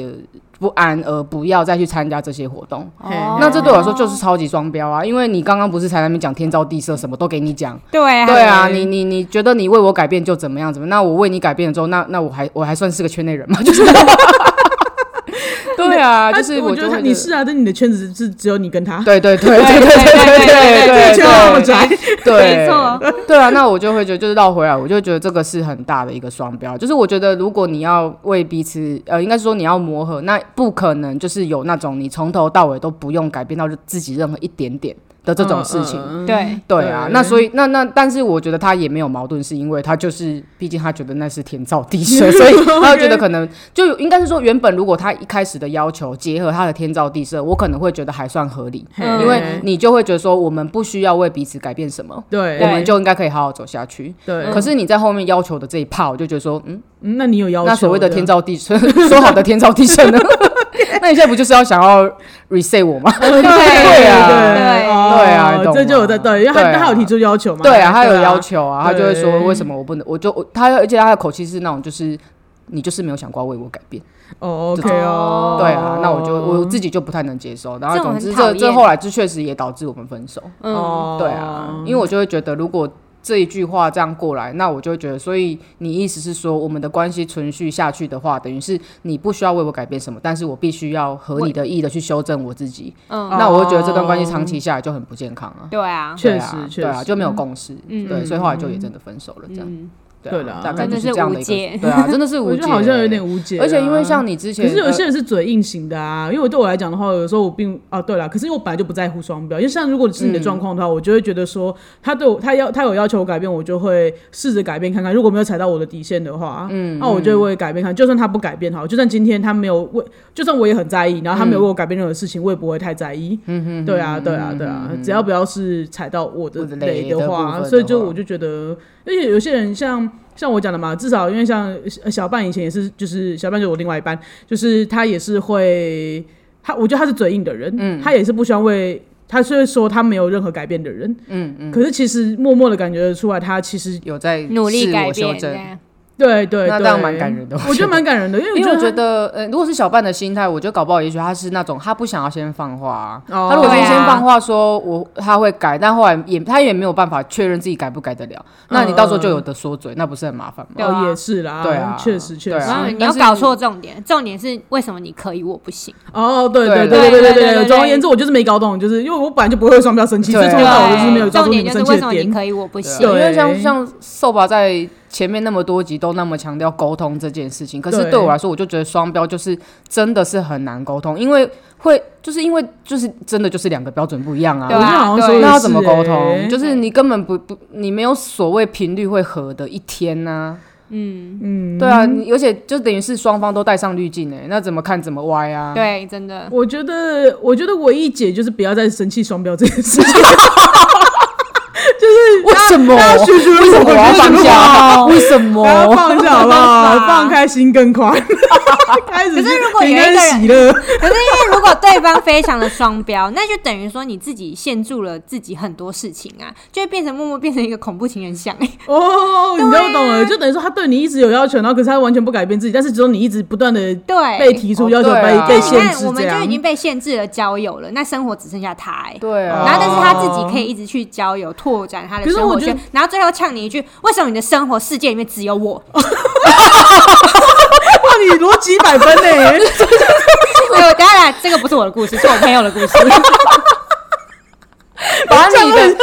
S3: 不安而不要再去参加这些活动？
S1: 哦
S3: 那这对我来说就是超级双标啊！因为你刚刚不是才在那边讲天造地设，什么都给你讲。
S2: 对啊
S3: 对啊，你你你觉得你为我改变就怎么样怎么样？那我为你改变了之后，那那我还我还算是个圈内人吗？就是，对啊，
S1: 他
S3: 就是
S1: 我
S3: 就
S1: 他
S3: 会
S1: 你是啊，但你的圈子是只有你跟他，
S3: 对对对对对对对
S1: 圈子那么
S3: 对对
S1: 窄，
S3: 对，
S2: 没错，
S3: 对啊，那我就会觉得，就是绕回来，我就觉得这个是很大的一个双标。就是我觉得，如果你要为彼此，呃，应该是说你要磨合，那不可能就是有那种你从头到尾都不用改变到自己任何一点点的这种事情。
S1: 嗯，
S2: 对，
S3: 对啊，
S1: 对
S3: 那所以那那，但是我觉得他也没有矛盾，是因为他就是，毕竟他觉得那是天造地 设，所以他就觉得可能就应该是说，原本如果他一开始的要求结合他的天造地设，我可能会觉得还算合理，
S1: 嗯
S3: 因为你就会觉得说，我们不需要为彼此改变什么，
S1: 对
S3: 我们就应该可以好好走下去。
S1: 对，
S3: 可是你在后面要求的这一趴，我就觉得说，嗯，
S1: 嗯那你有要求？
S3: 那所谓的天，造地设，说好的天造地设呢？那你现在不就是要想要 reset 我吗？
S1: 对
S3: 对啊
S1: 对
S3: 对啊
S1: 哦
S3: 懂
S1: 这就有在对，因为
S3: 对
S1: 他
S3: 啊
S1: 他有提出要求嘛，
S3: 对啊，他有要，求啊，他就会说
S1: 对
S3: 为什么我不能？我就我他，而且他的口气是那种就是。你就是没有想过要为我改变，
S1: 哦，OK 哦，
S3: 对啊，那我就我自己就不太能接受。然后
S2: 这种
S3: 总
S2: 很
S3: 之
S2: 讨
S3: 这
S2: 厌
S3: 这后来这确实也导致我们分手。
S2: 嗯，
S1: 哦，
S3: 对啊，因为我就会觉得，如果这一句话这样过来，那我就会觉得，所以你意思是说，我们的关系存续下去的话，等于是你不需要为我改变什么，但是我必须要合你的意的去修正我自己。
S2: 嗯
S1: 哦
S3: 那我会觉得这段关系长期下来就很不健康啊。
S2: 对啊，
S1: 确
S3: 对
S1: 实
S3: 啊
S1: 确
S3: 对啊，
S1: 实
S3: 就没有共识，
S2: 嗯
S3: 对，所以后来就也真的分手了，这样。
S2: 嗯，
S1: 对
S3: 了
S1: 啦，
S3: 大概
S2: 真
S3: 就
S2: 的是
S3: 这样的
S2: 无
S3: 一
S2: 解
S3: 个，对啊，真的是无
S1: 我觉
S3: 解，欸
S1: 得好像有点无解啊，
S3: 而且因为像你之前，
S1: 可是有
S3: 呃
S1: 些人是嘴硬型的啊，因为我对我来讲的话，有时候我并啊，对啦，可是因为我本来就不在乎双标，因为像如果是你
S3: 嗯
S1: 的状况的话，我就会觉得说他对我他要他有要求我改变，我就会试着改变看看，如果没有踩到我的底线的话，嗯，那我就会改变看，就算他不改变好，就算今天他没有为，就算我也很在意，然后他
S3: 嗯
S1: 没有为我改变任何事情，我也不会太在意，嗯嗯，对啊对啊对啊，只要不要是踩到我的
S3: 我的雷
S1: 雷的
S3: 的部
S1: 话，
S3: 分的
S1: 所以就
S3: 话
S1: 我就觉得，而且有些人像。像我讲的嘛，至少因为像呃小半以前也是，就是小半就是我另外一半，就是他也是会，他我觉得他是嘴硬的人，
S3: 嗯
S1: 他也是不希望为，他是会说他没有任何改变的人，嗯嗯，可是其实默默的感觉得出来，他其实
S3: 有在
S2: 努力
S3: 嗯自
S2: 改
S3: 我修
S2: 变这啊
S3: 正，
S2: 样，
S1: 对对对，
S3: 那这样蛮感人的我
S1: 我觉
S3: 觉
S1: 得
S3: 得
S1: 蛮感人的，因为
S3: 因为
S1: 我
S3: 我觉
S1: 觉得
S3: 得，呃，如果是小半的心态，我觉得搞不好，也许他是那种他不想要先放话、啊。
S1: 哦
S3: 他如果先
S2: 对啊
S3: 先放话说我他会改，但后来也他也没有办法确认自己改不改得了，那你到时候就有的说嘴，那不是很麻烦吗？
S2: 对
S1: 他哦
S2: 啊
S1: 也是啦，
S3: 对啊
S1: 确实确
S3: 对
S1: 实，
S3: 啊
S2: 然后
S3: 但
S2: 你要
S3: 是
S2: 搞错重点，重点是为什么你可以我不行？
S1: 哦对对
S3: 对
S1: 对对
S2: 对
S1: 对
S2: 对对对
S1: 总而言之，我就是没搞懂，就是因为我本来就不会双标生气，所
S3: 对啊
S1: 以从头到尾就是没有
S2: 对，
S1: 抓
S2: 重
S1: 住你
S2: 点
S1: 们
S2: 就
S1: 生气
S2: 是为什
S1: 的
S2: 么你
S1: 点，
S2: 可以我不
S3: 对啊
S2: 行？
S1: 对
S3: 因为像像瘦吧在前面那么多集都那么强调沟通这件事情，可是
S1: 对
S3: 对我来说，我就觉得双标就是真的是很难沟通，因为会就是因为就是真的就是两个标准不一样啊。
S1: 我
S2: 对
S1: 觉得
S2: 啊
S1: 好像说
S2: 对
S3: 那
S1: 的
S3: 要
S1: 是
S3: 怎么沟通？
S1: 欸
S3: 就是你根本不不，你没有所谓频率会合的一天呐、嗯嗯，对啊，你而且就等于是双方都戴上滤镜哎，那怎么看怎么歪啊？，
S2: 对，真的，
S1: 我觉得，我觉得唯一解就是不要再生气双标这件事情。
S3: 为什么？
S1: 大家学学
S3: 为什么我要放下？为什
S2: 哦
S1: 不要
S3: 么？
S1: 放下好不好
S2: 没办？法
S1: 放开心更 宽，开始
S2: 可是如果有一
S1: 平
S2: 个人
S1: 安喜乐，
S2: 可是因为如果对方非常的双标，那就等于说你自己限住了自己很多事情啊，就会变成默默变成一个恐怖情人像、 欸。
S1: 哦，你都懂
S2: 啊
S1: 了，就等于说他对你一直有要求，然后可是他完全不改变自己，但是只有你一直不断的
S2: 对，
S1: 被提出要求，
S3: 哦对
S1: 被
S3: 啊
S1: 被
S2: 你
S1: 限
S2: 看，
S1: 制
S2: 我
S1: 这
S2: 们就
S1: 样
S2: 已。经被限制了交友了，那生活只剩下他、欸。
S3: 对啊，
S2: 然后，但是他自己可以一直去交友，拓展他的
S1: 可是
S2: 生
S1: 我
S2: 活
S1: 觉得
S2: 圈，然后最后呛你一句：“为什么你的生活世界里面只有我？”
S1: 哇，你逻辑百分呢？
S2: 对，当然这个不是我的故事，是我朋友的故事。
S3: 把你 的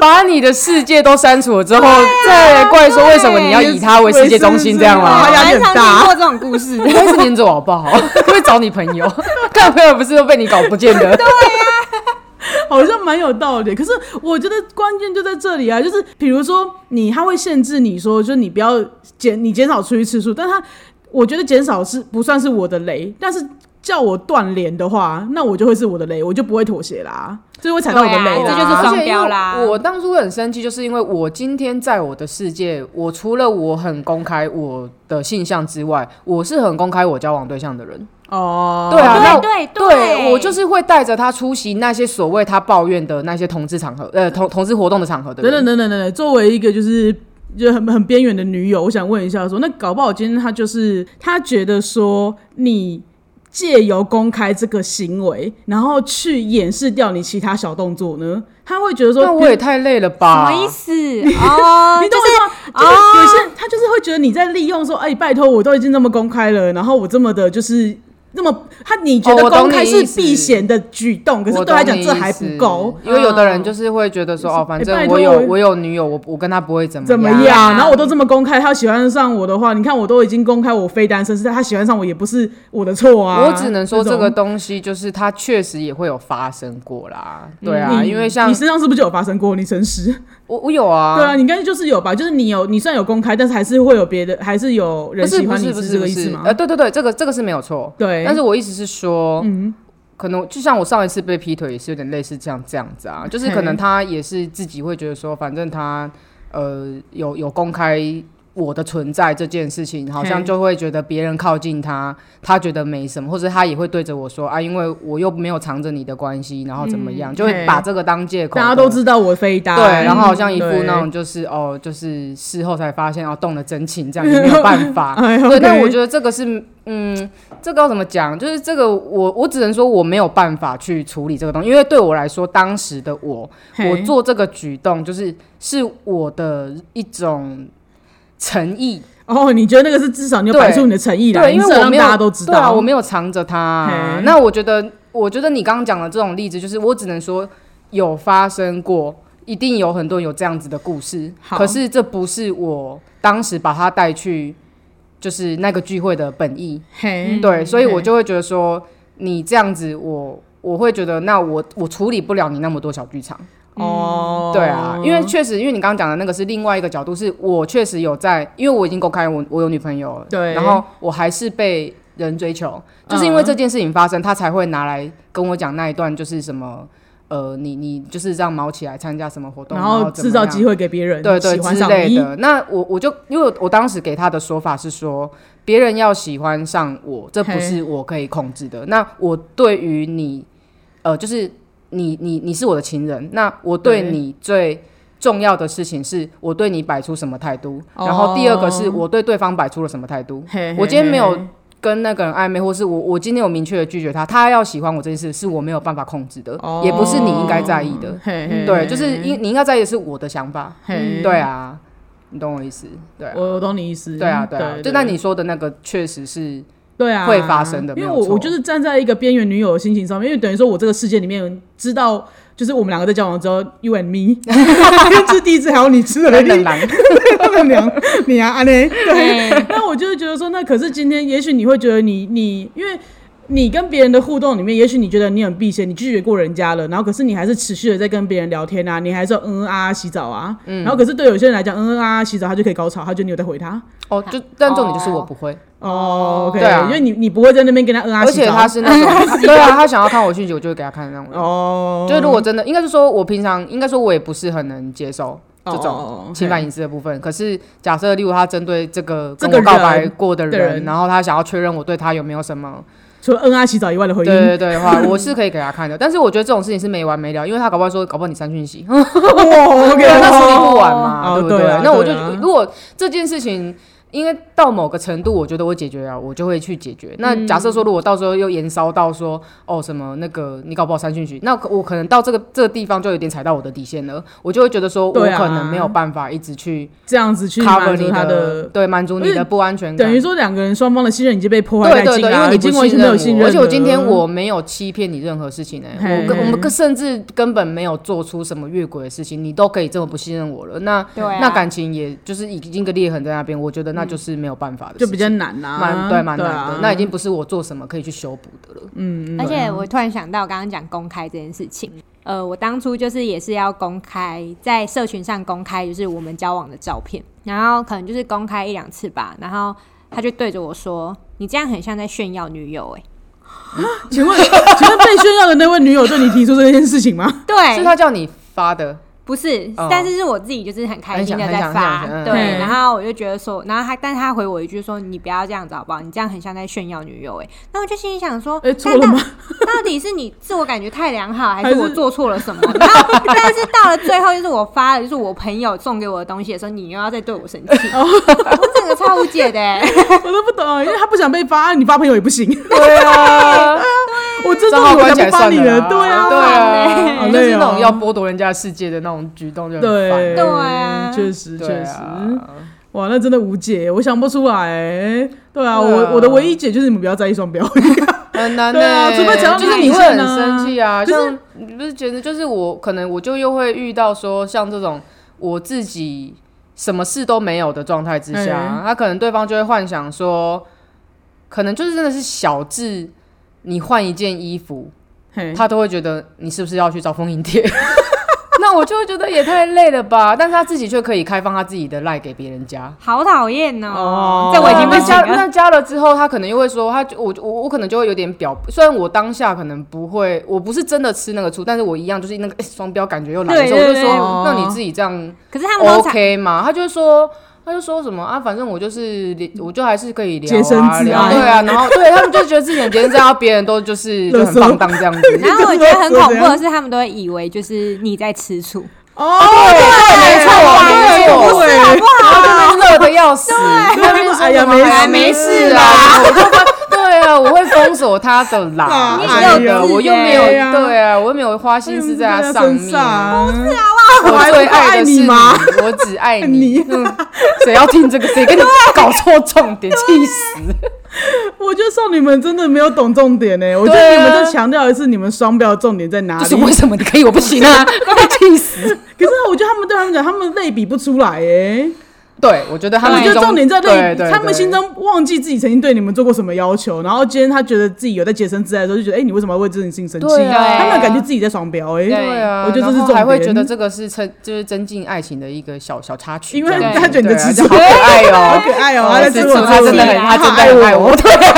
S3: 把你的世界都删除了之后，再怪说为什么你要以他为世界中心这样
S1: 哇
S3: 吗
S1: 他？啊压力很
S2: 蛮常
S1: 大
S2: 听过这种故事 的
S3: 你。开始黏着我好不 好？会找你朋友， 看朋友不是都被你搞不见的？
S1: 好像蛮有道理。可是我觉得关键就在这里啊，就是比如说你，他会限制你说，就是你不要减，你减少出去次数，但他我觉得减少是不算是我的雷，但是。叫我断联的话，那我就会是我的雷，我就不会妥协啦，哎就是会踩到我的雷
S2: 对
S1: 啦。
S2: 啊这就是双标啦
S3: 而且因为我当初会很生气，就是因为我今天在我的世界，我除了我很公开我的性向之外，我是很公开我交往对象的人。
S1: 哦，
S3: 对啊，那
S2: 对
S3: 对
S2: 对
S3: 我就是会带着他出席那些所谓他抱怨的那些同志场合，呃，同同志活动的场合的
S1: 等等
S3: 人。
S1: 等等等等，作为一个就是就很很边缘的女友，我想问一下说那搞不好今天她就是她觉得说你借由公开这个行为，然后去掩饰掉你其他小动作呢？她会觉得说，
S3: 那我也太累了
S2: 什
S3: 吧？
S2: 么意思？哦，
S1: 你懂我意思吗？
S3: 啊
S1: 就是有些他就是会觉得你在利用说，哎、拜托，我都已经这么公开了，然后我这么的，就是那么他你觉
S3: 哦
S1: 得
S3: 我懂
S1: 公开
S3: 你
S1: 是
S3: 意思
S1: 避嫌的举动，可是
S3: 我
S1: 对他来
S3: 懂
S1: 讲
S3: 你
S1: 这
S3: 意
S1: 还不
S3: 思
S1: 够。嗯哎
S3: 因为有的人就是会觉得说，哦，反
S1: 拜
S3: 正
S1: 托
S3: 我有
S1: 我
S3: 我有女友，我我跟她不会嗯怎么
S1: 怎么
S3: 样
S1: 样？然后我都这么公开，他喜欢上我的话，你看我都已经公开我非单身，是他喜欢上我也不是我的错啊。
S3: 我只能说这
S1: 种
S3: 个东西就是它确实也会有发生过啦，对啊，
S1: 嗯你
S3: 因为像
S1: 你身上是不是就有发生过？你诚实，
S3: 我我有啊，
S1: 对啊，你应该就是有吧？就是你有，你虽然有公开，但是还是会有别的，还是有
S3: 不
S1: 人
S3: 是
S1: 喜
S3: 不
S1: 欢你，
S3: 是不
S1: 这
S3: 是不
S1: 个意思
S3: 是
S1: 吗，？
S3: 呃，对对对，这个这个是没有错，
S1: 对，
S3: 但是我意思是说，嗯。可能就像我上一次被劈腿，也是有点类似这样这样子啊，就是可能
S1: 嘿
S3: 他也是自己会觉得说，反正他呃有有公开我的存在这件事情，好像
S1: 嘿
S3: 就会觉得别人靠近他，他觉得没什么，或者他也会对着我说啊，因为我又没有藏着你的关系，然后怎么样，就
S1: 嗯嘿
S3: 会把这个当借口。
S1: 大家都知道我飞单，
S3: 对，然后好像一副
S1: 对
S3: 那种就是哦，就是事后才发现哦，动了真情，这样也没有 办法。
S1: 哎
S3: 对，但
S1: OK
S3: 我觉得这个是，嗯，这个要怎么讲？就是这个我我只能说我没有办法去处理这个东西，因为对我来说，当时的我，
S1: 嘿
S3: 我做这个举动就是是我的一种诚意，
S1: 哦，你觉得那个是至少你要摆
S3: 对
S1: 出你的诚意来，
S3: 对，因
S1: 你至
S3: 为
S1: 少
S3: 我
S1: 让
S3: 没有
S1: 大家都知
S3: 对啊，
S1: 道，
S3: 我没有藏着它啊、
S1: 嘿
S3: 那我觉得，我觉得你刚刚讲的这种例子，就是我只能说有发生过，一定有很多有这样子的故事。
S1: 好
S3: 可是这不是我当时把他带去，就是那个聚会的本意。
S1: 嘿，
S3: 对，所以我
S1: 嘿
S3: 就会觉得说，你这样子我。我会觉得，那我我处理不了你那么多小剧场，
S1: 哦，
S3: 嗯对啊，因为确实，因为你刚刚讲的那个是另外一个角度，是我确实有在，因为我已经公开我我有女朋友了，
S1: 对嗯
S3: 然后我还是被人追求，就是因为这件事情发生，他才会拿来跟我讲那一段，就是什么，呃，你你就是这样毛起来参加什嗯哦么活动，
S1: 然
S3: 后
S1: 后制造机
S3: 会，
S1: 会给别人
S3: 对对
S1: 喜欢
S3: 之
S1: 上
S3: 类
S1: 你，
S3: 的。那我我就因为我当时给他的说法是说，别人要喜欢上我，这不
S1: 嘿
S3: 是我可以控制的。那我对于你，呃，就是你你你是我的情人，那我对
S1: 对
S3: 你最。重要的事情是我对你摆出什么态度，然后第二个是
S1: 哦
S3: 我对对方摆出了什么态度。
S1: 嘿
S3: 我今天没有
S1: 嘿嘿
S3: 跟那个人暧昧，或是我我今天有明确的拒绝他，他要喜欢我这件事是我没有办法控制的，
S1: 哦
S3: 也不是你应该在意的。
S1: 嘿嘿
S3: 对，就是应你应该在意的是我的想法。
S1: 嘿，
S3: 对啊，你懂我意思？对啊，
S1: 嗯我我懂你意思，
S3: 对啊，对啊。就那
S1: 对
S3: 你说的那个确实是，
S1: 对啊，
S3: 会发生的
S1: 因为
S3: 没有
S1: 我我
S3: 错
S1: 就是站在一个边缘女友的心情上面，因为等于说我这个世界里面知道，就是我们两个在交往之后，you and me，就是第一次还有你吃的
S3: 冷
S1: 力，
S3: 狼
S1: 他娘你啊安 嘞，对。
S2: 对，
S1: 那我就是觉得说，那可是今天，也许你会觉得你你因为。你跟别人的互动里面，也许你觉得你很避嫌，你拒绝过人家了，然后可是你还是持续的在跟别人聊天啊，你还是要嗯嗯啊啊洗澡啊，然后可是对有些人来讲，嗯嗯啊啊洗澡他就可以高潮，他就你有在回他
S3: 哦，就但重点就是我不会，
S1: 哦，OK，
S3: 对啊
S1: 因为你你不会在那边跟他嗯啊
S3: 而
S1: 洗
S3: 且
S1: 澡，
S3: 他是那 种，对啊，他想要看我讯息，我就会给他看那种人。
S1: 哦，
S3: 就如果真的，应该是说我平常应该说我也不是很能接受这
S1: 哦
S3: 种侵犯隐私的部分。可是假设例如他针对这个
S1: 这
S3: 跟
S1: 个
S3: 我
S1: 人
S3: 告白过的
S1: 的人
S3: 人，然后他想要确认我对他有没有什么
S1: 除了恩爱洗澡以外的回
S3: 对
S1: 应，
S3: 对对的话，我是可以给他看的。但是我觉得这种事情是没完没了，因为他搞不好说搞不好你删讯息，
S1: 哇，OK，
S3: 对啊，那处理
S1: 哦
S3: 不完嘛，
S1: 哦
S3: 对不
S1: 对啊
S3: 那我就
S1: 对啊
S3: 如果这件事情。因为到某个程度，我觉得我解决了，我就会去解决。
S1: 嗯
S3: 那假设说，如果到时候又延烧到说，哦什么那个你搞不好三讯息，那我可能到这个这个地方就有点踩到我的底线了，我就会觉得说，我
S1: 对啊
S3: 可能没有办法一直去
S1: 这样子去
S3: cover
S1: 满
S3: 你
S1: 足他的，
S3: 的，对，满足你
S1: 而且
S3: 的不安全感。
S1: 等于说两个人双方的信任已经被破坏
S3: 对
S1: 殆
S3: 对
S1: 尽
S3: 对，因
S1: 了，
S3: 为你
S1: 已经
S3: 不
S1: 完全
S3: 信
S1: 没有
S3: 任
S1: 信
S3: 我，
S1: 任，
S3: 而且我今天。我没有欺骗你任何事情呢、欸
S1: 嘿
S3: 我跟我们更甚至根本没有做出什么越轨的事情，你都可以这么不信任我了，那、
S2: 对啊
S3: 那感情也就是已经个裂痕在那边，我觉得那就是没有办法的
S1: 就
S3: 事情，
S1: 比较难啊，
S3: 蛮对蛮难的、
S1: 啊
S3: 那已经不是我做什么可以去修补的了，
S2: 而且我突然想到刚刚讲公开这件事情，呃，我当初就是也是要公开在社群上公开，就是我们交往的照片，然后可能就是公开一两次吧，然后他就对着我说：“你这样很像在炫耀女友、 欸。”
S1: 请问，请问被炫耀的那位女友对你提出这件事情 吗？
S2: 哎，
S3: 是
S2: 对，
S3: 他叫你发的，
S2: 不是，
S3: 哦
S2: 但是是我自己就是很开心的在发
S3: 很想很想很，想嗯
S2: 对，
S1: 嗯
S2: 然后我就觉得说，然后他，但是他回我一句说：“你不要这样子好不好？你这样很像在炫耀女友。”哎，那我就心里想说，
S1: 哎，错了吗？
S2: 到底是你自我感觉太良好，还
S1: 还
S2: 是
S1: 是
S2: 我做错了什么？ 然后，但是到了最后，就是我发了，就是我朋友送给我的东西的时候，你又要再对我生 气，
S3: 哦
S2: 我整个超无解的、欸。
S3: 哎
S1: 我都不懂，因为他不想被发，你发朋友也不 行。
S3: 对 啊，
S1: 我真的
S3: 账号
S1: 我才
S3: 关起来
S1: 不发
S3: 算
S1: 你
S3: 了
S1: 了，
S3: 啦，
S1: 对啊，
S3: 对
S2: 好
S1: 好
S3: 啊，
S1: 累
S3: 就是那
S1: 哦
S3: 种要剥夺人家世界的那种举动就很
S1: 对
S3: 烦，
S2: 对啊
S1: 确实
S3: 对
S1: 确实，
S3: 啊。
S1: 哇，那真的无解，我想不出来。对啊，
S3: 对啊
S1: 我我的唯一解就是你们不要在意双 标。
S3: 很难 呢、欸
S1: 对啊除非只要
S3: 就是
S1: 买
S3: 你会
S1: 线
S3: 很
S1: 啊
S3: 生气啊，
S1: 可是
S3: 像你不是觉得就是我可能我就又会遇到说像这种我自己什么事都没有的状态之下，
S1: 嗯
S3: 他可能对方就会幻想说，可能就是真的是小智，你换一件衣服，
S1: 嘿
S3: 他都会觉得你是不是要去找风影贴？ 那我就会觉得也太累了吧，但是他自己却可以开放他自己的赖给别人加，
S2: 好讨厌哦
S1: 哦！
S2: 这我已经不
S3: 那
S2: 行
S3: 加
S2: 了。
S3: 那加了之后，他可能又会说，他就我我我可能就会有点表，虽然我当下可能不会，我不是真的吃那个醋，但是我一样就是那个哎双标感觉又来的时候，
S2: 对
S3: 我
S2: 对
S3: 就
S2: 对
S3: 说，那
S1: 对
S3: 你自己这样
S2: 可是他们通常
S3: OK 吗？他就说。他就说什么啊，反正我就是我就还是可以聊
S1: 洁身
S3: 啊
S1: 自
S3: 聊，
S1: 爱
S3: 对啊，然后对他们就觉得自己很洁身自爱，然后别人都就是就很
S1: 垃圾
S3: 放荡这 样子。
S2: 然后我觉得很恐怖的是，他们都会以为就是你在吃醋，
S1: 哦，
S3: 对，没错，啊没错，啊
S1: 不是好不
S3: 然后在那边乐的要死，在那边说什么
S1: 哎呀
S3: 没
S1: 没
S3: 事
S1: 事
S3: 啦
S1: 啦，
S3: 我就会对啊，我会封锁他的啦，
S1: 你
S2: 也有
S3: 真的，
S2: 自
S3: 我又没有
S1: 哎呀嗯
S3: 对啊，我又没有花心思在他上面。
S1: 不是啊，
S3: 我
S1: 还
S3: 最
S1: 不
S3: 爱
S1: 爱
S3: 的是
S1: 你吗？
S3: 我只爱你。 嗯
S1: 你，
S3: 谁要听这个？谁跟你搞错重点？气死！
S1: 我觉得少女们真的没有懂重点呢。我觉
S3: 对
S1: 得
S3: 啊
S1: 你们再强调一次，你们双标的重点在哪
S3: 就
S1: 里？
S3: 是为什么你可以，我不行啊？气死！
S1: 可是我觉得他们对他们讲，他们类比不出来哎。
S3: 对，我觉得他们
S1: 我觉得
S3: 心中
S1: 重点在
S3: 对
S1: 类
S3: 对
S1: 比，他们
S3: 对
S1: 心中忘记自己曾经对你们做过什么要求，然后今天他觉得自己有在洁身自爱的时候，就觉得哎，你为什么要为这件事情生气？
S3: 对啊
S1: 他们感觉自己在双标哎。
S2: 对
S3: 对啊，
S1: 我觉得这是
S3: 然
S1: 重
S3: 后
S1: 点
S3: 还会觉得这个是增就是增进爱情的一个小小插曲
S1: 因
S3: 这
S1: 为
S3: 样子，
S1: 他觉得你
S3: 对
S1: 的
S3: 啊
S1: 吃醋
S3: 就好可爱
S1: 好
S3: 哦、
S1: 可爱哦，
S3: 哦
S1: 他在
S3: 吃
S1: 吃
S3: 醋
S1: 我
S3: 他真的
S1: 醋
S3: 很，他真的
S1: 爱
S3: 很爱我。 对啊，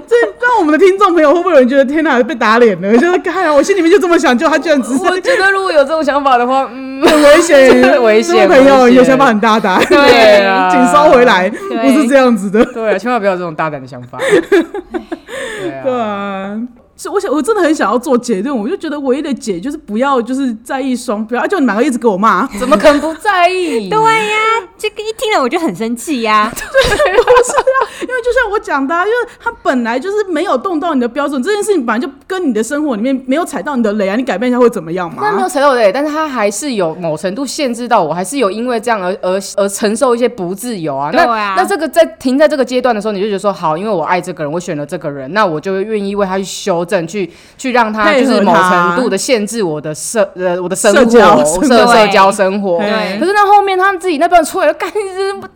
S1: 这让我们的听众朋友会不会有人觉得天哪被打脸了？就是看啊，我心里面就这么想，就他居然只是
S3: 我觉得如果有这种想法的话，嗯，
S1: 很危险，
S3: 危险
S1: 这位朋友
S3: 危险
S1: 有想法很大胆，
S3: 对 啊
S1: 请收回来，
S2: 对
S1: 不是这样子的，
S3: 对啊，千万不要有这种大胆的想法。对啊，
S1: 对啊。是，我想我真的很想要做结论，我就觉得唯一的解就是不要就是在意双标，而且你们两个一直给我骂，
S3: 怎么可能不在意？
S2: 对呀、这个一听了我就很生气呀、
S1: 因为就像我讲的、啊，因为他本来就是没有动到你的标准，这件事情本来就跟你的生活里面没有踩到你的雷啊，你改变一下会怎么样
S3: 那没
S1: 嘛？
S3: 有踩到雷，但是他还是有某程度限制到我，还是有因为这样而而而承受一些不自由啊。那
S2: 对啊
S3: 那这个在停在这个阶段的时候，你就觉得说好，因为我爱这个人，我选了这个人，那我就会愿意为他去修正，去去让他就
S1: 配合
S3: 是某
S1: 他
S3: 程度的限制我的社呃我的生
S1: 社交
S3: 活
S1: 生
S3: 社
S2: 活
S3: 社交生活。
S1: 对
S3: 可是那后面他们自己那边出来，干你真不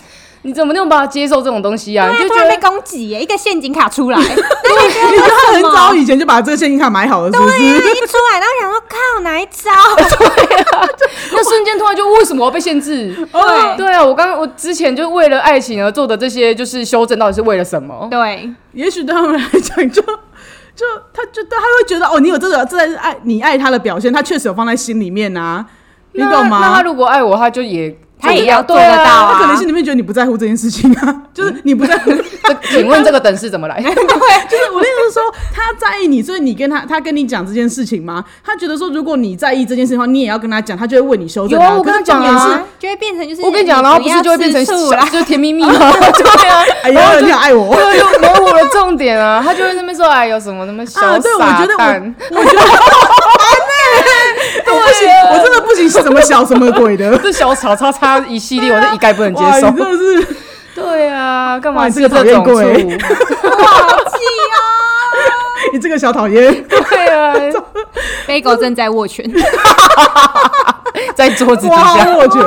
S3: 你怎么那么把他接受这种东西啊？你
S2: 对
S3: 就
S2: 啊
S3: 觉
S2: 突然
S3: 得
S2: 被攻击耶，一个陷阱卡出 来，对
S1: 你知道他很早以前就把这个现金卡买好了，是不是？
S2: 啊，一出来，然后想说靠哪一 招？
S3: 那瞬间突然就为什么我被限制？
S2: 对
S3: 对啊，我刚我之前就为了爱情而做的这些，就是修正到底是为了什么？
S2: 对
S1: 也许对他们来讲就。就他就他会觉得哦，你有这个，这才是爱你爱他的表现，他确实有放在心里面呐、你
S3: 那
S1: 懂
S3: 那他
S1: 吗？
S3: 如果爱我，他就也
S2: 他也要
S3: 对
S2: 做得到
S1: 他
S2: 啊
S1: 可能心里面觉得你不在乎这件事情 啊，就是你不在乎， 就是
S3: 这请问这个等式怎么来？
S1: 我的意思是说他在意你，所以你跟他他跟你讲这件事情吗？他觉得说如果你在意这件事情的话，你也要跟他讲，他就会为你修正、
S3: 有啊
S1: 啊。可
S3: 我跟
S1: 是
S3: 他讲啊
S1: 重点是，
S2: 啊，就会变成就是
S3: 我跟你讲，然后不是就会变成
S2: 你不要吃醋啊
S3: 小
S2: 啦，
S3: 就是甜蜜蜜吗？对啊，
S1: 哎呀，你好爱我。
S3: 对，就模糊了重点啊。他就会在那边说，哎，有什么那么小
S1: 啊，对，我觉
S3: 傻
S1: 得
S3: 蛋？
S1: 我，我觉得我不行，
S3: 啊
S1: 我真的不行，什么小什么鬼的，
S3: 这小吵叉叉一系 列，我这一概不能接
S1: 哇，
S3: 受
S1: 你真。的是。
S3: 对啊，干嘛
S1: 哇你
S3: 吃
S1: 这个
S3: 这
S1: 讨厌
S3: 种醋？
S1: 鬼
S2: 好气哦！
S1: 你这个小讨厌，
S3: 对啊，
S2: 贝狗正在握拳，
S3: 在桌子底
S1: 哇，
S3: 下，
S1: 握拳。